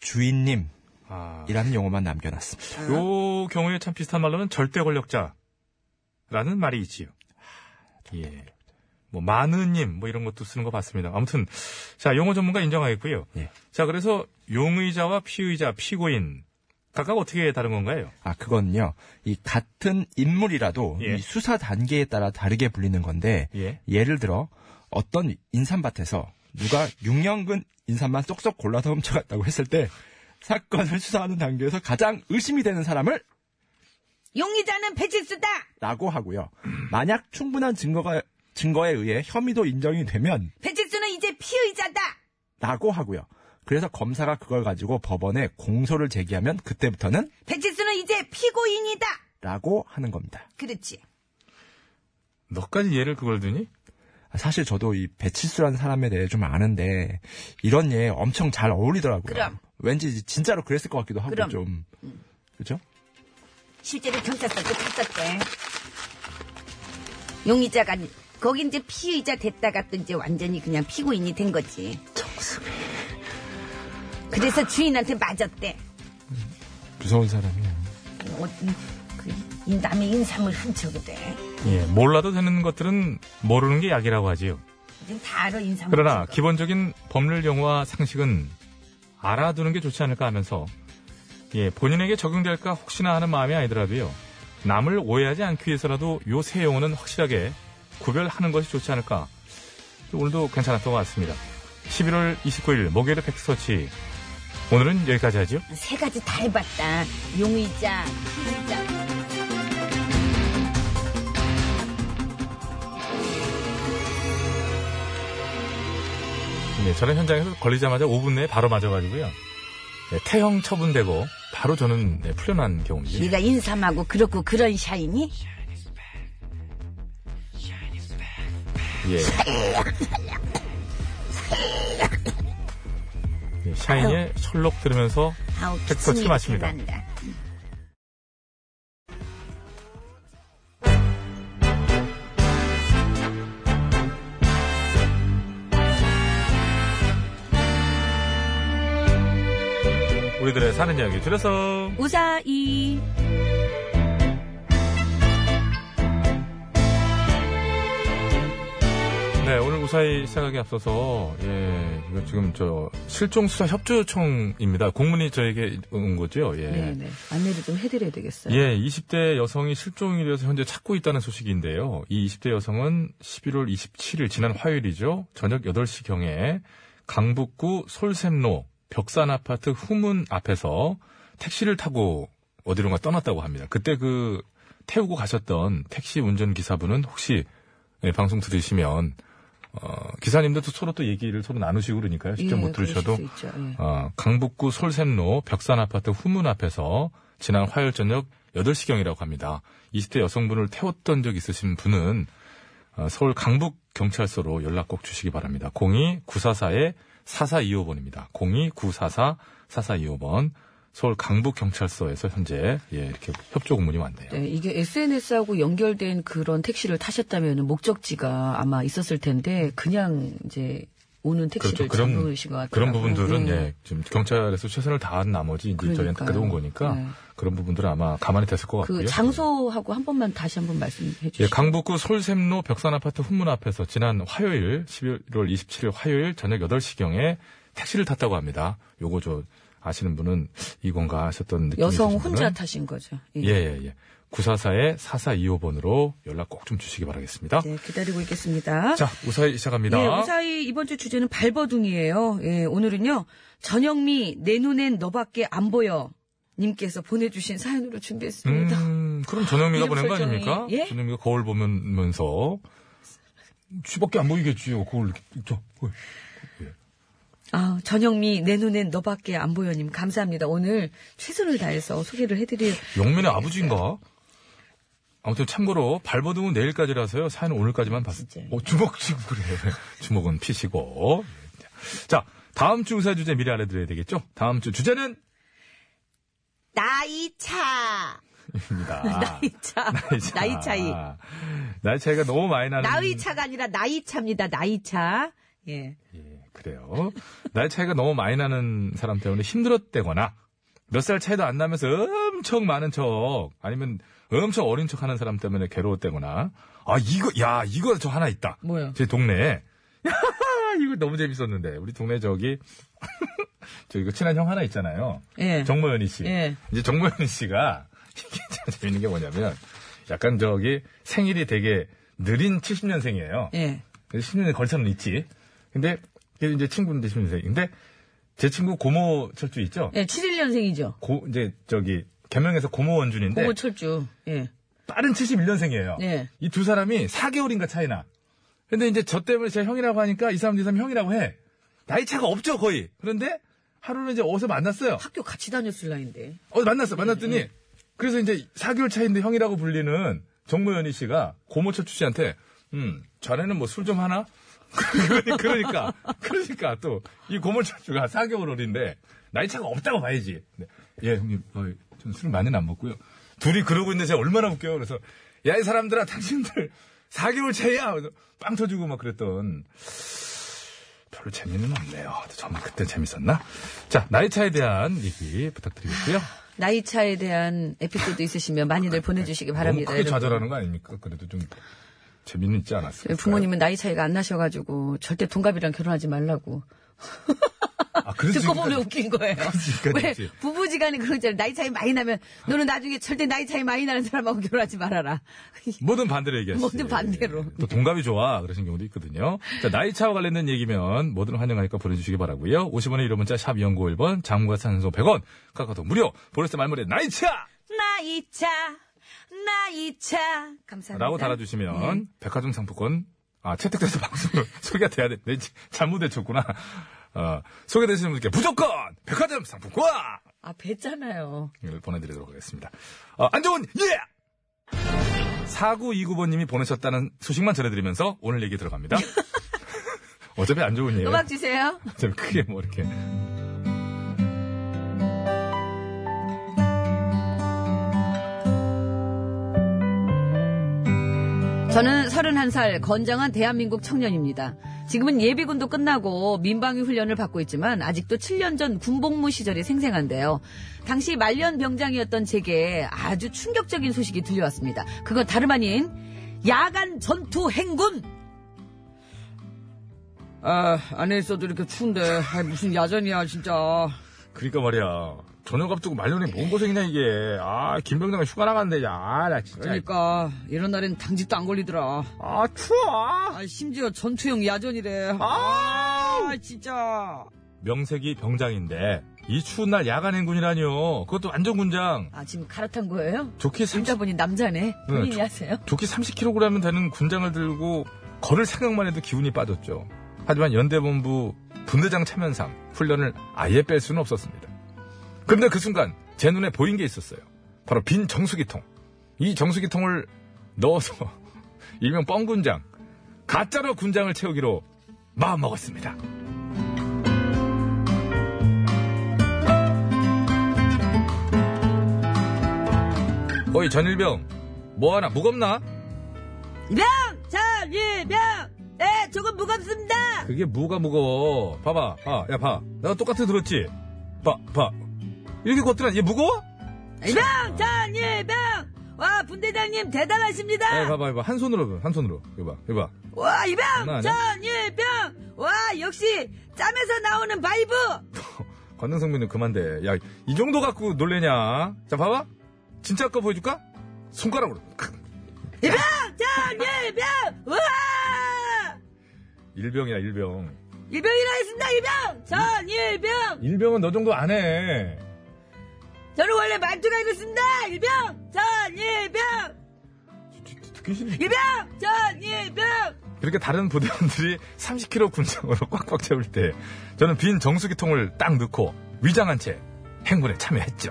Speaker 13: 주인님
Speaker 9: 아,
Speaker 13: 이라는 용어만 남겨놨습니다.
Speaker 9: 요 경우에 참 비슷한 말로는 절대 권력자라는 말이 있지요. 예. 뭐, 많은님, 뭐 이런 것도 쓰는 거 봤습니다. 아무튼, 자, 용어 전문가 인정하겠고요. 자, 그래서 용의자와 피의자, 피고인, 각각 어떻게 다른 건가요?
Speaker 13: 아, 그건요. 이 같은 인물이라도
Speaker 9: 예.
Speaker 13: 이 수사 단계에 따라 다르게 불리는 건데
Speaker 9: 예.
Speaker 13: 예를 들어 어떤 인삼밭에서 누가 6년근 인삼만 쏙쏙 골라서 훔쳐갔다고 했을 때 사건을 수사하는 단계에서 가장 의심이 되는 사람을
Speaker 2: 용의자는 배치수다.
Speaker 13: 라고 하고요.
Speaker 9: 음.
Speaker 13: 만약 충분한 증거가 증거에 의해 혐의도 인정이 되면
Speaker 2: 배치수는 이제 피의자다.
Speaker 13: 라고 하고요. 그래서 검사가 그걸 가지고 법원에 공소를 제기하면 그때부터는
Speaker 2: 배치수는 이제 피고인이다.
Speaker 13: 라고 하는 겁니다.
Speaker 2: 그렇지.
Speaker 9: 너까지 예를 그걸 드니?
Speaker 13: 사실 저도 이 배치수라는 사람에 대해 좀 아는데 이런 예 엄청 잘 어울리더라고요.
Speaker 2: 그럼.
Speaker 13: 왠지 진짜로 그랬을 것 같기도 하고
Speaker 2: 그럼. 음.
Speaker 13: 좀 그죠?
Speaker 2: 실제로 경찰서도 갔었대. 용의자가 거기 이제 피의자 됐다가 또 이제 완전히 그냥 피고인이 된 거지. 정수미. 그래서 주인한테 맞았대.
Speaker 13: 무서운 사람이야.
Speaker 2: 어, 이- 그, 이 남의 인삼을 훔쳐그래.
Speaker 9: 예, 몰라도 되는 것들은 모르는 게 약이라고 하지요.
Speaker 2: 이젠 다 알아 인삼.
Speaker 9: 그러나 기본적인 법률 용어와 상식은 알아두는 게 좋지 않을까 하면서 예, 본인에게 적용될까 혹시나 하는 마음이 아니더라도요. 남을 오해하지 않기 위해서라도 요 세 용어는 확실하게 구별하는 것이 좋지 않을까. 오늘도 괜찮았던 것 같습니다. 11월 29일 목요일 팩트서치 오늘은 여기까지 하죠.
Speaker 2: 세 가지 다 해봤다. 용의자, 피의자.
Speaker 9: 예, 저는 현장에서 걸리자마자 5분 내에 바로 맞아가지고요. 예, 태형 처분되고 바로 저는 네, 풀려난 경우입니다.
Speaker 17: 네가 인삼하고 그렇고 그런 샤이니?
Speaker 9: 예. 예, 샤인의 철록 들으면서
Speaker 17: 아우
Speaker 9: 팩터치
Speaker 17: 기침이
Speaker 9: 마십니다.
Speaker 17: 난다.
Speaker 9: 우리들의 사는 이야기 줄여서
Speaker 2: 우사이.
Speaker 9: 네, 오늘 우사히 시작하기 앞서서, 예, 이거 지금 저, 실종수사협조요청입니다. 공문이 저에게 온 거죠, 예.
Speaker 2: 네네. 안내를 좀 해드려야 되겠어요.
Speaker 9: 예, 20대 여성이 실종이 돼서 현재 찾고 있다는 소식인데요. 이 20대 여성은 11월 27일, 지난 화요일이죠. 저녁 8시경에 강북구 솔샘로 벽산 아파트 후문 앞에서 택시를 타고 어디론가 떠났다고 합니다. 그때 그 태우고 가셨던 택시 운전기사분은 혹시 예, 방송 들으시면 어, 기사님들 도 서로 또 얘기를 서로 나누시고 그러니까요. 직접
Speaker 2: 예,
Speaker 9: 못 들으셔도
Speaker 2: 그러실 수 있죠. 예.
Speaker 9: 어, 강북구 솔샘로 벽산아파트 후문 앞에서 지난 화요일 저녁 8시경이라고 합니다. 20대 여성분을 태웠던 적 있으신 분은 어, 서울 강북경찰서로 연락 꼭 주시기 바랍니다. 02944-4425번입니다. 02944-4425번. 서울 강북경찰서에서 현재 예, 이렇게 협조 공문이 왔네요.
Speaker 2: 네, 이게 SNS하고 연결된 그런 택시를 타셨다면 목적지가 아마 있었을 텐데 그냥 이제 오는 택시를 잡으신 것 같아요.
Speaker 9: 그렇죠.
Speaker 2: 네.
Speaker 9: 그런 부분들은 예, 지금 경찰에서 최선을 다한 나머지 이제 저희한테까지
Speaker 2: 그러니까요.
Speaker 9: 온 거니까
Speaker 2: 네.
Speaker 9: 그런 부분들은 아마 가만히 됐을 것 같고요.
Speaker 2: 그 장소하고 한 번만 다시 한 번 말씀해 주시죠.
Speaker 9: 예, 강북구 솔샘로 벽산아파트 후문 앞에서 지난 화요일 11월 27일 화요일 저녁 8시경에 택시를 탔다고 합니다. 요거 저 아시는 분은 이건가 하셨던 느낌이
Speaker 2: 여성
Speaker 9: 드신 분은
Speaker 2: 혼자 타신 거죠. 예.
Speaker 9: 예, 예, 예. 944에 4425번으로 연락 꼭 좀 주시기 바라겠습니다.
Speaker 2: 네, 기다리고 있겠습니다.
Speaker 9: 자, 우사히 시작합니다.
Speaker 2: 예, 우사히 이번 주 주제는 발버둥이에요. 예, 오늘은요. 전영미 내 눈엔 너밖에 안 보여 님께서 보내주신 사연으로 준비했습니다.
Speaker 9: 음, 그럼 전영미가
Speaker 2: 이름
Speaker 9: 보낸 거
Speaker 2: 설정이-
Speaker 9: 아닙니까?
Speaker 2: 예?
Speaker 9: 전영미가 거울 보면서 쥐밖에 안 보이겠지요. 거울 저 거울.
Speaker 2: 아, 전영미 내 눈엔 너밖에 안 보여 님 감사합니다. 오늘 최선을 다해서 소개를 해드릴
Speaker 9: 영민의 아버지인가? 아무튼 참고로 발버둥은 내일까지라서요. 사연은 오늘까지만 봤어요. 어, 주먹 지금 그래. 주먹은 피시고. 자, 다음 주 의사 주제 미리 알려드려야 되겠죠? 다음 주 주제는
Speaker 18: 나이차.
Speaker 9: 입니다.
Speaker 18: 나이차. 나이 차이.
Speaker 9: 나이 차이가 너무 많이 나는.
Speaker 18: 나이차가 아니라 나이차입니다. 나이차.
Speaker 2: 예.
Speaker 9: 그래요. 나이 차이가 너무 많이 나는 사람 때문에 힘들었대거나 몇 살 차이도 안 나면서 엄청 많은 척 아니면 엄청 어린 척 하는 사람 때문에 괴로웠대거나 아 이거 야 이거 저 하나 있다.
Speaker 2: 뭐요?
Speaker 9: 제 동네에 이거 너무 재밌었는데 우리 동네 저기 저 이거 친한 형 하나 있잖아요.
Speaker 2: 예.
Speaker 9: 정모현이 씨.
Speaker 2: 예.
Speaker 9: 이제 정모현 씨가 이게 참 재밌는 게 뭐냐면 약간 저기 생일이 되게 느린 70년생이에요.
Speaker 2: 예.
Speaker 9: 10년에 걸쳐는 있지. 근데 그게 이제 친구인데 10년생인데 제 친구 고모 철주 있죠.
Speaker 2: 예, 71년생이죠.
Speaker 9: 고 이제 저기 개명에서 고모 원준인데
Speaker 2: 고모 철주. 예.
Speaker 9: 빠른 71년생이에요.
Speaker 2: 예.
Speaker 9: 이 두 사람이 4개월인가 차이나. 근데 이제 저 때문에 제 형이라고 하니까 이 사람 이 사람 형이라고 해. 나이 차가 없죠 거의. 그런데 하루는 이제 어디서 만났어요.
Speaker 2: 학교 같이 다녔을 나인데.
Speaker 9: 어 만났어 만났더니 그래서 이제 4개월 차인데 형이라고 불리는 정모연희 씨가 고모 철주 씨한테 음 자네는 뭐 술 좀 하나? 그러니- 그러니까 그러니까 또 이 고모 철주가 4개월 어린데 나이 차가 없다고 봐야지. 네. 예 형님 어, 저는 술 많이는 안 먹고요. 둘이 그러고 있는데 제가 얼마나 웃겨요. 그래서 야 이 사람들아 당신들 4개월 차이야. 그래서 빵 터지고 막 그랬던 별로 재미는 없네요. 저만 그때 재밌었나? 자 나이 차에 대한 얘기 부탁드리겠고요.
Speaker 2: 나이차에 대한 에피소드 있으시면 많이들 보내주시기 바랍니다.
Speaker 9: 아, 네. 너무 크게
Speaker 2: 여러분.
Speaker 9: 좌절하는 거 아닙니까? 그래도 좀 재미는 있지 않았어요.
Speaker 2: 저희 네, 부모님은 나이 차이가 안 나셔가지고 절대 동갑이랑 결혼하지 말라고.
Speaker 9: 아, 그래서
Speaker 2: 듣고
Speaker 9: 지금까지-
Speaker 2: 보면 웃긴 거예요.
Speaker 9: 지금까지
Speaker 2: 왜
Speaker 9: 했지.
Speaker 2: 부부지간에 그런 줄 나이 차이 많이 나면 너는 나중에 절대 나이 차이 많이 나는 사람하고 결혼하지 말아라.
Speaker 9: 뭐든 반대로 얘기하시죠. 예,
Speaker 2: 뭐든 반대로.
Speaker 9: 또 동갑이 좋아 그러신 경우도 있거든요. 자, 나이 차와 관련된 얘기면 뭐든 환영하니까 보내주시기 바라고요. 50원의 이름 문자 샵 0951번 장무가 산소 100원 카카오톡 무료 보너스 말머리 나이 차!
Speaker 2: 나이차, 나이차. 감사합니다.
Speaker 9: 라고 달아주시면
Speaker 2: 네.
Speaker 9: 백화점 상품권 아 채택돼서 방송으로 소개가 돼야 돼. 내 잘못해줬구나. 어, 소개되시는 분께 무조건 백화점 상품권
Speaker 19: 아, 뵀잖아요.
Speaker 9: 이걸 보내드리도록 하겠습니다. 아, 안 좋은 예! 4929번님이 보내셨다는 소식만 전해드리면서 오늘 얘기 들어갑니다. 어차피 안 좋은 예.
Speaker 19: 음악 주세요.
Speaker 9: 어차피 크게 뭐 이렇게.
Speaker 19: 저는 31살 건장한 대한민국 청년입니다. 지금은 예비군도 끝나고 민방위 훈련을 받고 있지만 아직도 7년 전 군복무 시절이 생생한데요. 당시 말년 병장이었던 제게 아주 충격적인 소식이 들려왔습니다. 그건 다름 아닌 야간 전투 행군!
Speaker 20: 아, 안에 있어도 이렇게 추운데, 아, 무슨 야전이야, 진짜.
Speaker 9: 그러니까 말이야. 저녁 앞두고 말년에 뭔 고생이냐, 이게. 아, 김병장이 휴가 나간대, 야. 아, 나 진짜.
Speaker 20: 그러니까, 이런 날엔 당직도 안 걸리더라.
Speaker 9: 아, 추워! 아,
Speaker 20: 심지어 전투형 야전이래.
Speaker 9: 아,
Speaker 20: 진짜.
Speaker 9: 명색이 병장인데, 이 추운 날 야간 행군이라니요. 그것도 안전군장.
Speaker 19: 아, 지금 갈아탄 거예요?
Speaker 9: 좋게 30,
Speaker 19: 진짜 보니 남자네. 본인이
Speaker 9: 네,
Speaker 19: 하세요?
Speaker 9: 좋게 30kg은 되는 군장을 들고 걸을 생각만 해도 기운이 빠졌죠. 하지만 연대본부 분대장 참여상 훈련을 아예 뺄 수는 없었습니다. 그런데 그 순간 제 눈에 보인 게 있었어요. 바로 빈 정수기통. 이 정수기통을 넣어서 일명 뻥군장, 가짜로 군장을 채우기로 마음먹었습니다. 어이 전일병 뭐하나 무겁나?
Speaker 2: 명! 자, 예, 명! 네, 조금 무겁습니다!
Speaker 9: 그게 무가 무거워. 봐봐. 아, 야, 봐. 내가 똑같이 들었지? 봐, 봐. 이렇게 걷더라. 얘 무거워?
Speaker 2: 명! 자, 예, 명! 와, 분대장님 대단하십니다!
Speaker 1: 네,
Speaker 9: 야, 봐봐, 봐봐. 한 손으로, 봐, 한 손으로. 이거 봐, 이거 봐.
Speaker 2: 와,
Speaker 9: 장난 아니야?
Speaker 2: 이병! 전, 예병! 와, 역시, 짬에서 나오는 바이브!
Speaker 9: 관능성민은 그만돼. 야, 이 정도 갖고 놀래냐? 자, 봐봐. 진짜 거 보여줄까? 손가락으로.
Speaker 2: 이병! 전, 예병! 와!
Speaker 9: 일병이야, 일병.
Speaker 2: 일병이라 했습니다, 일병! 전, 예병!
Speaker 9: 일병은 너 정도 안 해.
Speaker 2: 저는 원래 말투가 이렇습니다, 일병! 전, 예병!
Speaker 9: 듣기 싫네.
Speaker 2: 일병! 전, 예병!
Speaker 9: 이렇게 다른 부대원들이 30kg 군장으로 꽉꽉 채울 때 저는 빈 정수기통을 딱 넣고 위장한 채 행군에 참여했죠.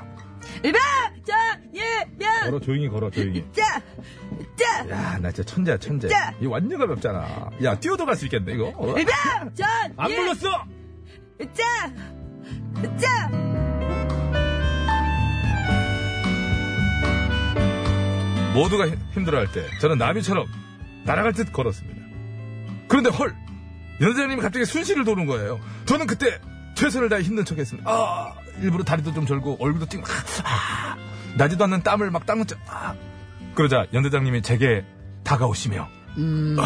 Speaker 2: 일병! 전, 예병!
Speaker 9: 걸어 조용히 걸어 조용히.
Speaker 2: 자! 자!
Speaker 9: 야 나 진짜 천재야 천재.
Speaker 2: 자. 예.
Speaker 9: 이거 완전 가볍잖아. 야 뛰어도 갈 수 있겠네 이거. 어?
Speaker 2: 일병! 전,
Speaker 9: 안
Speaker 2: 예-
Speaker 9: 불렀어.
Speaker 2: 자! 자!
Speaker 9: 모두가 힘- 힘들어할 때 저는 나비처럼 날아갈 듯 걸었습니다. 그런데 헐 연사님이 갑자기 순시를 도는 거예요. 저는 그때 최선을 다해 힘든 척했습니다. 아 일부러 다리도 좀 절고 얼굴도 찡 아, 나지도 않는 땀을 막 닦는 척. 아. 그러자 연대장님이 제게 다가오시며
Speaker 20: 음,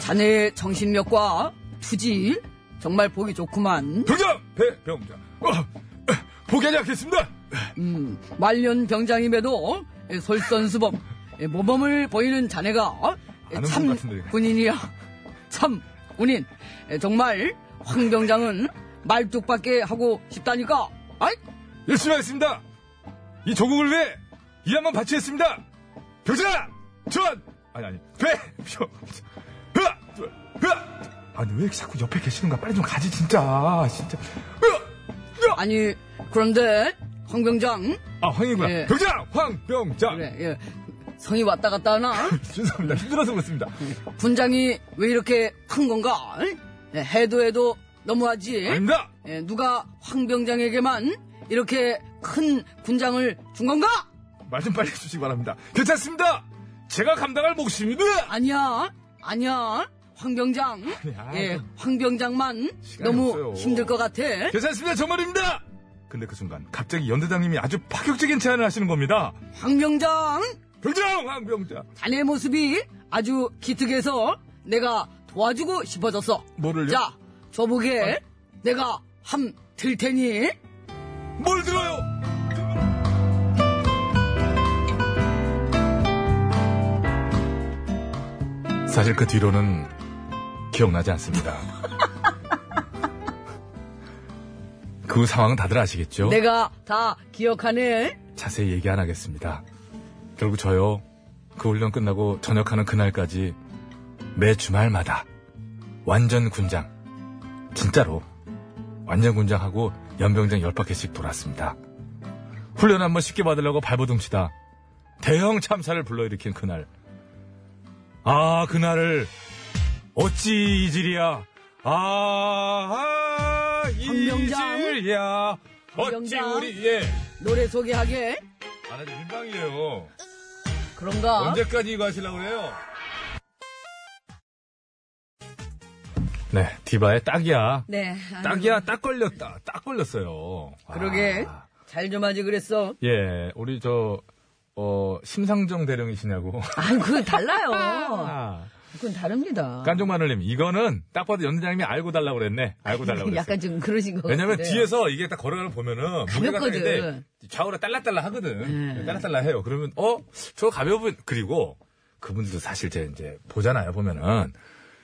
Speaker 20: 자네 예, 정신력과 투질, 정말 보기 좋구만.
Speaker 9: 병장 배병장 어, 포기하지 않겠습니다.
Speaker 20: 음, 말년 병장임에도 에, 솔선수범, 에, 모범을 보이는 자네가 에,
Speaker 9: 아는 분
Speaker 20: 참
Speaker 9: 같은데, 이거.
Speaker 20: 군인이야. 참 군인. 에, 정말 황 병장은 말뚝밖에 하고 싶다니까. 아이,
Speaker 9: 열심히 하겠습니다. 이 조국을 위해 이한번 바치겠습니다. 병장 전 아니 아니 배병 으아! 으아! 아니 왜 이렇게 자꾸 옆에 계시는가 빨리 좀 가지 진짜 진짜
Speaker 20: 아니 그런데 황 병장
Speaker 9: 아 황이구나
Speaker 20: 예.
Speaker 9: 병장 황병장
Speaker 20: 그래, 예. 성이 왔다 갔다 하나?
Speaker 9: 죄송합니다 힘들어서 그렇습니다
Speaker 20: 군장이 왜 이렇게 큰 건가? 예, 해도 해도 너무하지.
Speaker 9: 아닙니다
Speaker 20: 예, 누가 황 병장에게만 이렇게 큰 군장을 준 건가?
Speaker 9: 말 좀 빨리 해주시기 바랍니다 괜찮습니다 제가 감당할 몫입니다
Speaker 20: 아니야, 아니야. 황 병장,
Speaker 9: 아니야.
Speaker 20: 예, 황 병장만
Speaker 9: 시간이
Speaker 20: 너무
Speaker 9: 없어요.
Speaker 20: 힘들 것 같아.
Speaker 9: 괜찮습니다 저 말입니다 근데 그 순간 갑자기 연대장님이 아주 파격적인 제안을 하시는 겁니다
Speaker 20: 황 병장,
Speaker 9: 병장 황병장
Speaker 20: 자네 모습이 아주 기특해서 내가 도와주고 싶어졌어.
Speaker 9: 뭐를요? 아.
Speaker 20: 자, 저보게 내가 함 들 테니
Speaker 9: 뭘 들어요 사실 그 뒤로는 기억나지 않습니다. 그 상황은 다들 아시겠죠?
Speaker 20: 내가 다 기억하네.
Speaker 9: 자세히 얘기 안 하겠습니다. 결국 저요, 그 훈련 끝나고 전역하는 그날까지 매 주말마다 완전 군장, 진짜로 완전 군장하고
Speaker 1: 연병장 10바퀴씩 돌았습니다. 훈련 한번 쉽게 받으려고 발버둥치다 대형 참사를 불러일으킨 그날. 아, 그날을 어찌 이질이야. 아, 아
Speaker 20: 한명장.
Speaker 1: 이질이야. 어찌
Speaker 20: 한명장.
Speaker 1: 우리, 예.
Speaker 20: 노래 소개하게
Speaker 1: 아, 나 지금 민방이에요.
Speaker 20: 그런가?
Speaker 1: 언제까지 이거 하시려고 그래요? 네, 디바의 딱이야.
Speaker 20: 네.
Speaker 1: 딱이야, 딱 걸렸다. 딱 걸렸어요. 아,
Speaker 20: 그러게 잘 좀 하지 그랬어.
Speaker 1: 예, 우리 저, 어, 심상정 대령이시냐고.
Speaker 20: 아 그건 달라요.
Speaker 1: 아.
Speaker 20: 그건 다릅니다.
Speaker 1: 깐종마늘님, 이거는 딱 봐도 연장님이 알고 달라고 그랬네. 알고 달라고 그랬어.
Speaker 2: 약간 좀 그러신 거
Speaker 20: 네.
Speaker 1: 왜냐면
Speaker 2: 같은데요.
Speaker 1: 뒤에서 이게 딱 걸어가는 거 보면은 무게가
Speaker 2: 가볍거든.
Speaker 1: 데 좌우로 딸라딸라 하거든.
Speaker 20: 네.
Speaker 1: 딸라딸라 해요. 그러면 어? 저 가벼운 그리고 그분들도 사실 제 이제 보잖아요. 보면은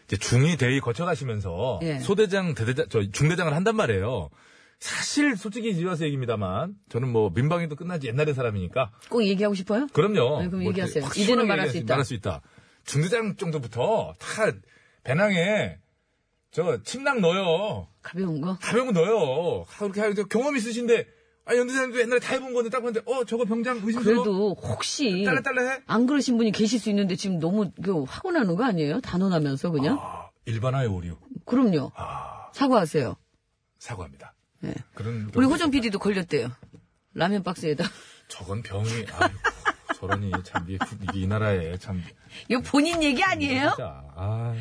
Speaker 1: 이제 중위 대위 거쳐 가시면서
Speaker 21: 예.
Speaker 1: 소대장 대대장 저 중대장을 한단 말이에요. 사실 솔직히 이제 와서 얘기입니다만 저는 뭐 민방위도 끝나지 옛날의 사람이니까
Speaker 2: 꼭 얘기하고 싶어요?
Speaker 1: 그럼요.
Speaker 2: 아니, 네, 그럼
Speaker 1: 뭐 이렇게
Speaker 2: 얘기하세요.
Speaker 1: 확실하게
Speaker 2: 이제는 말할 수
Speaker 1: 얘기할
Speaker 2: 있다.
Speaker 1: 말할 수 있다. 중대장 정도부터 다 배낭에 저 침낭 넣어요.
Speaker 2: 가벼운 거?
Speaker 1: 가벼운 거 넣어요. 다 그렇게 하고 경험 있으신데 아 연대장도 옛날에 다 해본 건데 딱 봤는데 어 저거 병장 의심스러워.
Speaker 2: 그래도 혹시
Speaker 1: 딸라딸라해?
Speaker 2: 안 그러신 분이 계실 수 있는데 지금 너무 그 화가 나는 거 아니에요? 단언하면서 그냥?
Speaker 1: 일반화의 오류
Speaker 2: 그럼요.
Speaker 1: 아.
Speaker 2: 사과하세요.
Speaker 1: 사과합니다.
Speaker 2: 예.
Speaker 1: 그런
Speaker 2: 우리
Speaker 1: 경우-
Speaker 2: 호정 PD도 걸렸대요. 라면 박스에다.
Speaker 1: 저건 병이 아이고 저러니 참 이 나라에 참
Speaker 2: 이거 본인 얘기 아니에요?
Speaker 1: 진짜 아.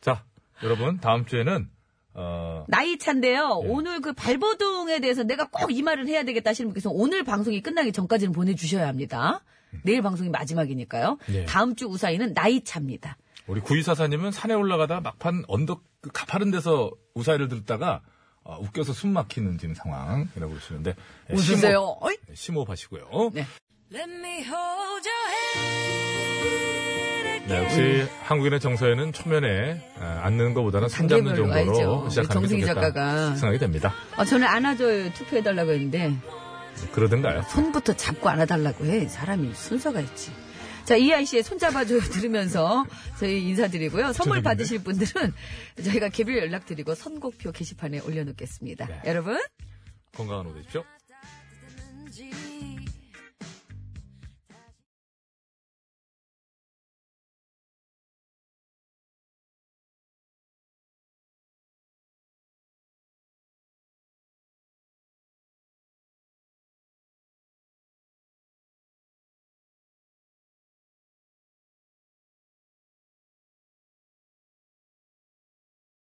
Speaker 1: 자 여러분 다음 주에는 어
Speaker 2: 나이 차인데요. 오늘 그 발버둥에 대해서 내가 꼭 이 말을 해야 되겠다 하시는 분께서 오늘 방송이 끝나기 전까지는 보내주셔야 합니다. 내일 방송이 마지막이니까요.
Speaker 1: 예.
Speaker 2: 다음 주 우사이는 나이 차입니다.
Speaker 1: 우리 구이사사님은 산에 올라가다 막판 언덕 그 가파른 데서 우사이를 들었다가 어, 웃겨서 숨 막히는 지금 상황이라고 그러시는데 예,
Speaker 2: 웃으세요.
Speaker 1: 심호흡, 예, 심호흡하시고요. 네.
Speaker 9: Let me hold your hand.
Speaker 1: 역시 네, 한국인의 정서에는 초면에 아, 앉는 것보다는
Speaker 2: 네,
Speaker 1: 손 잡는
Speaker 2: 단계별로
Speaker 1: 정도로
Speaker 2: 알죠.
Speaker 1: 시작하는 게
Speaker 2: 정승희
Speaker 1: 좋겠다
Speaker 2: 작가가.
Speaker 1: 생각이 됩니다.
Speaker 2: 아, 저는 안아줘요. 투표해달라고 했는데
Speaker 1: 그러든가요?
Speaker 2: 손부터 잡고 안아달라고 해. 사람이 순서가 있지. 자, 이하이 씨의 손잡아줘요 들으면서 저희 인사드리고요. 선물
Speaker 20: 저쪽인데?
Speaker 2: 받으실 분들은
Speaker 1: 네.
Speaker 2: 저희가 개별 연락드리고 선곡표 게시판에 올려놓겠습니다. 여러분.
Speaker 1: 건강한 오후 되십시오.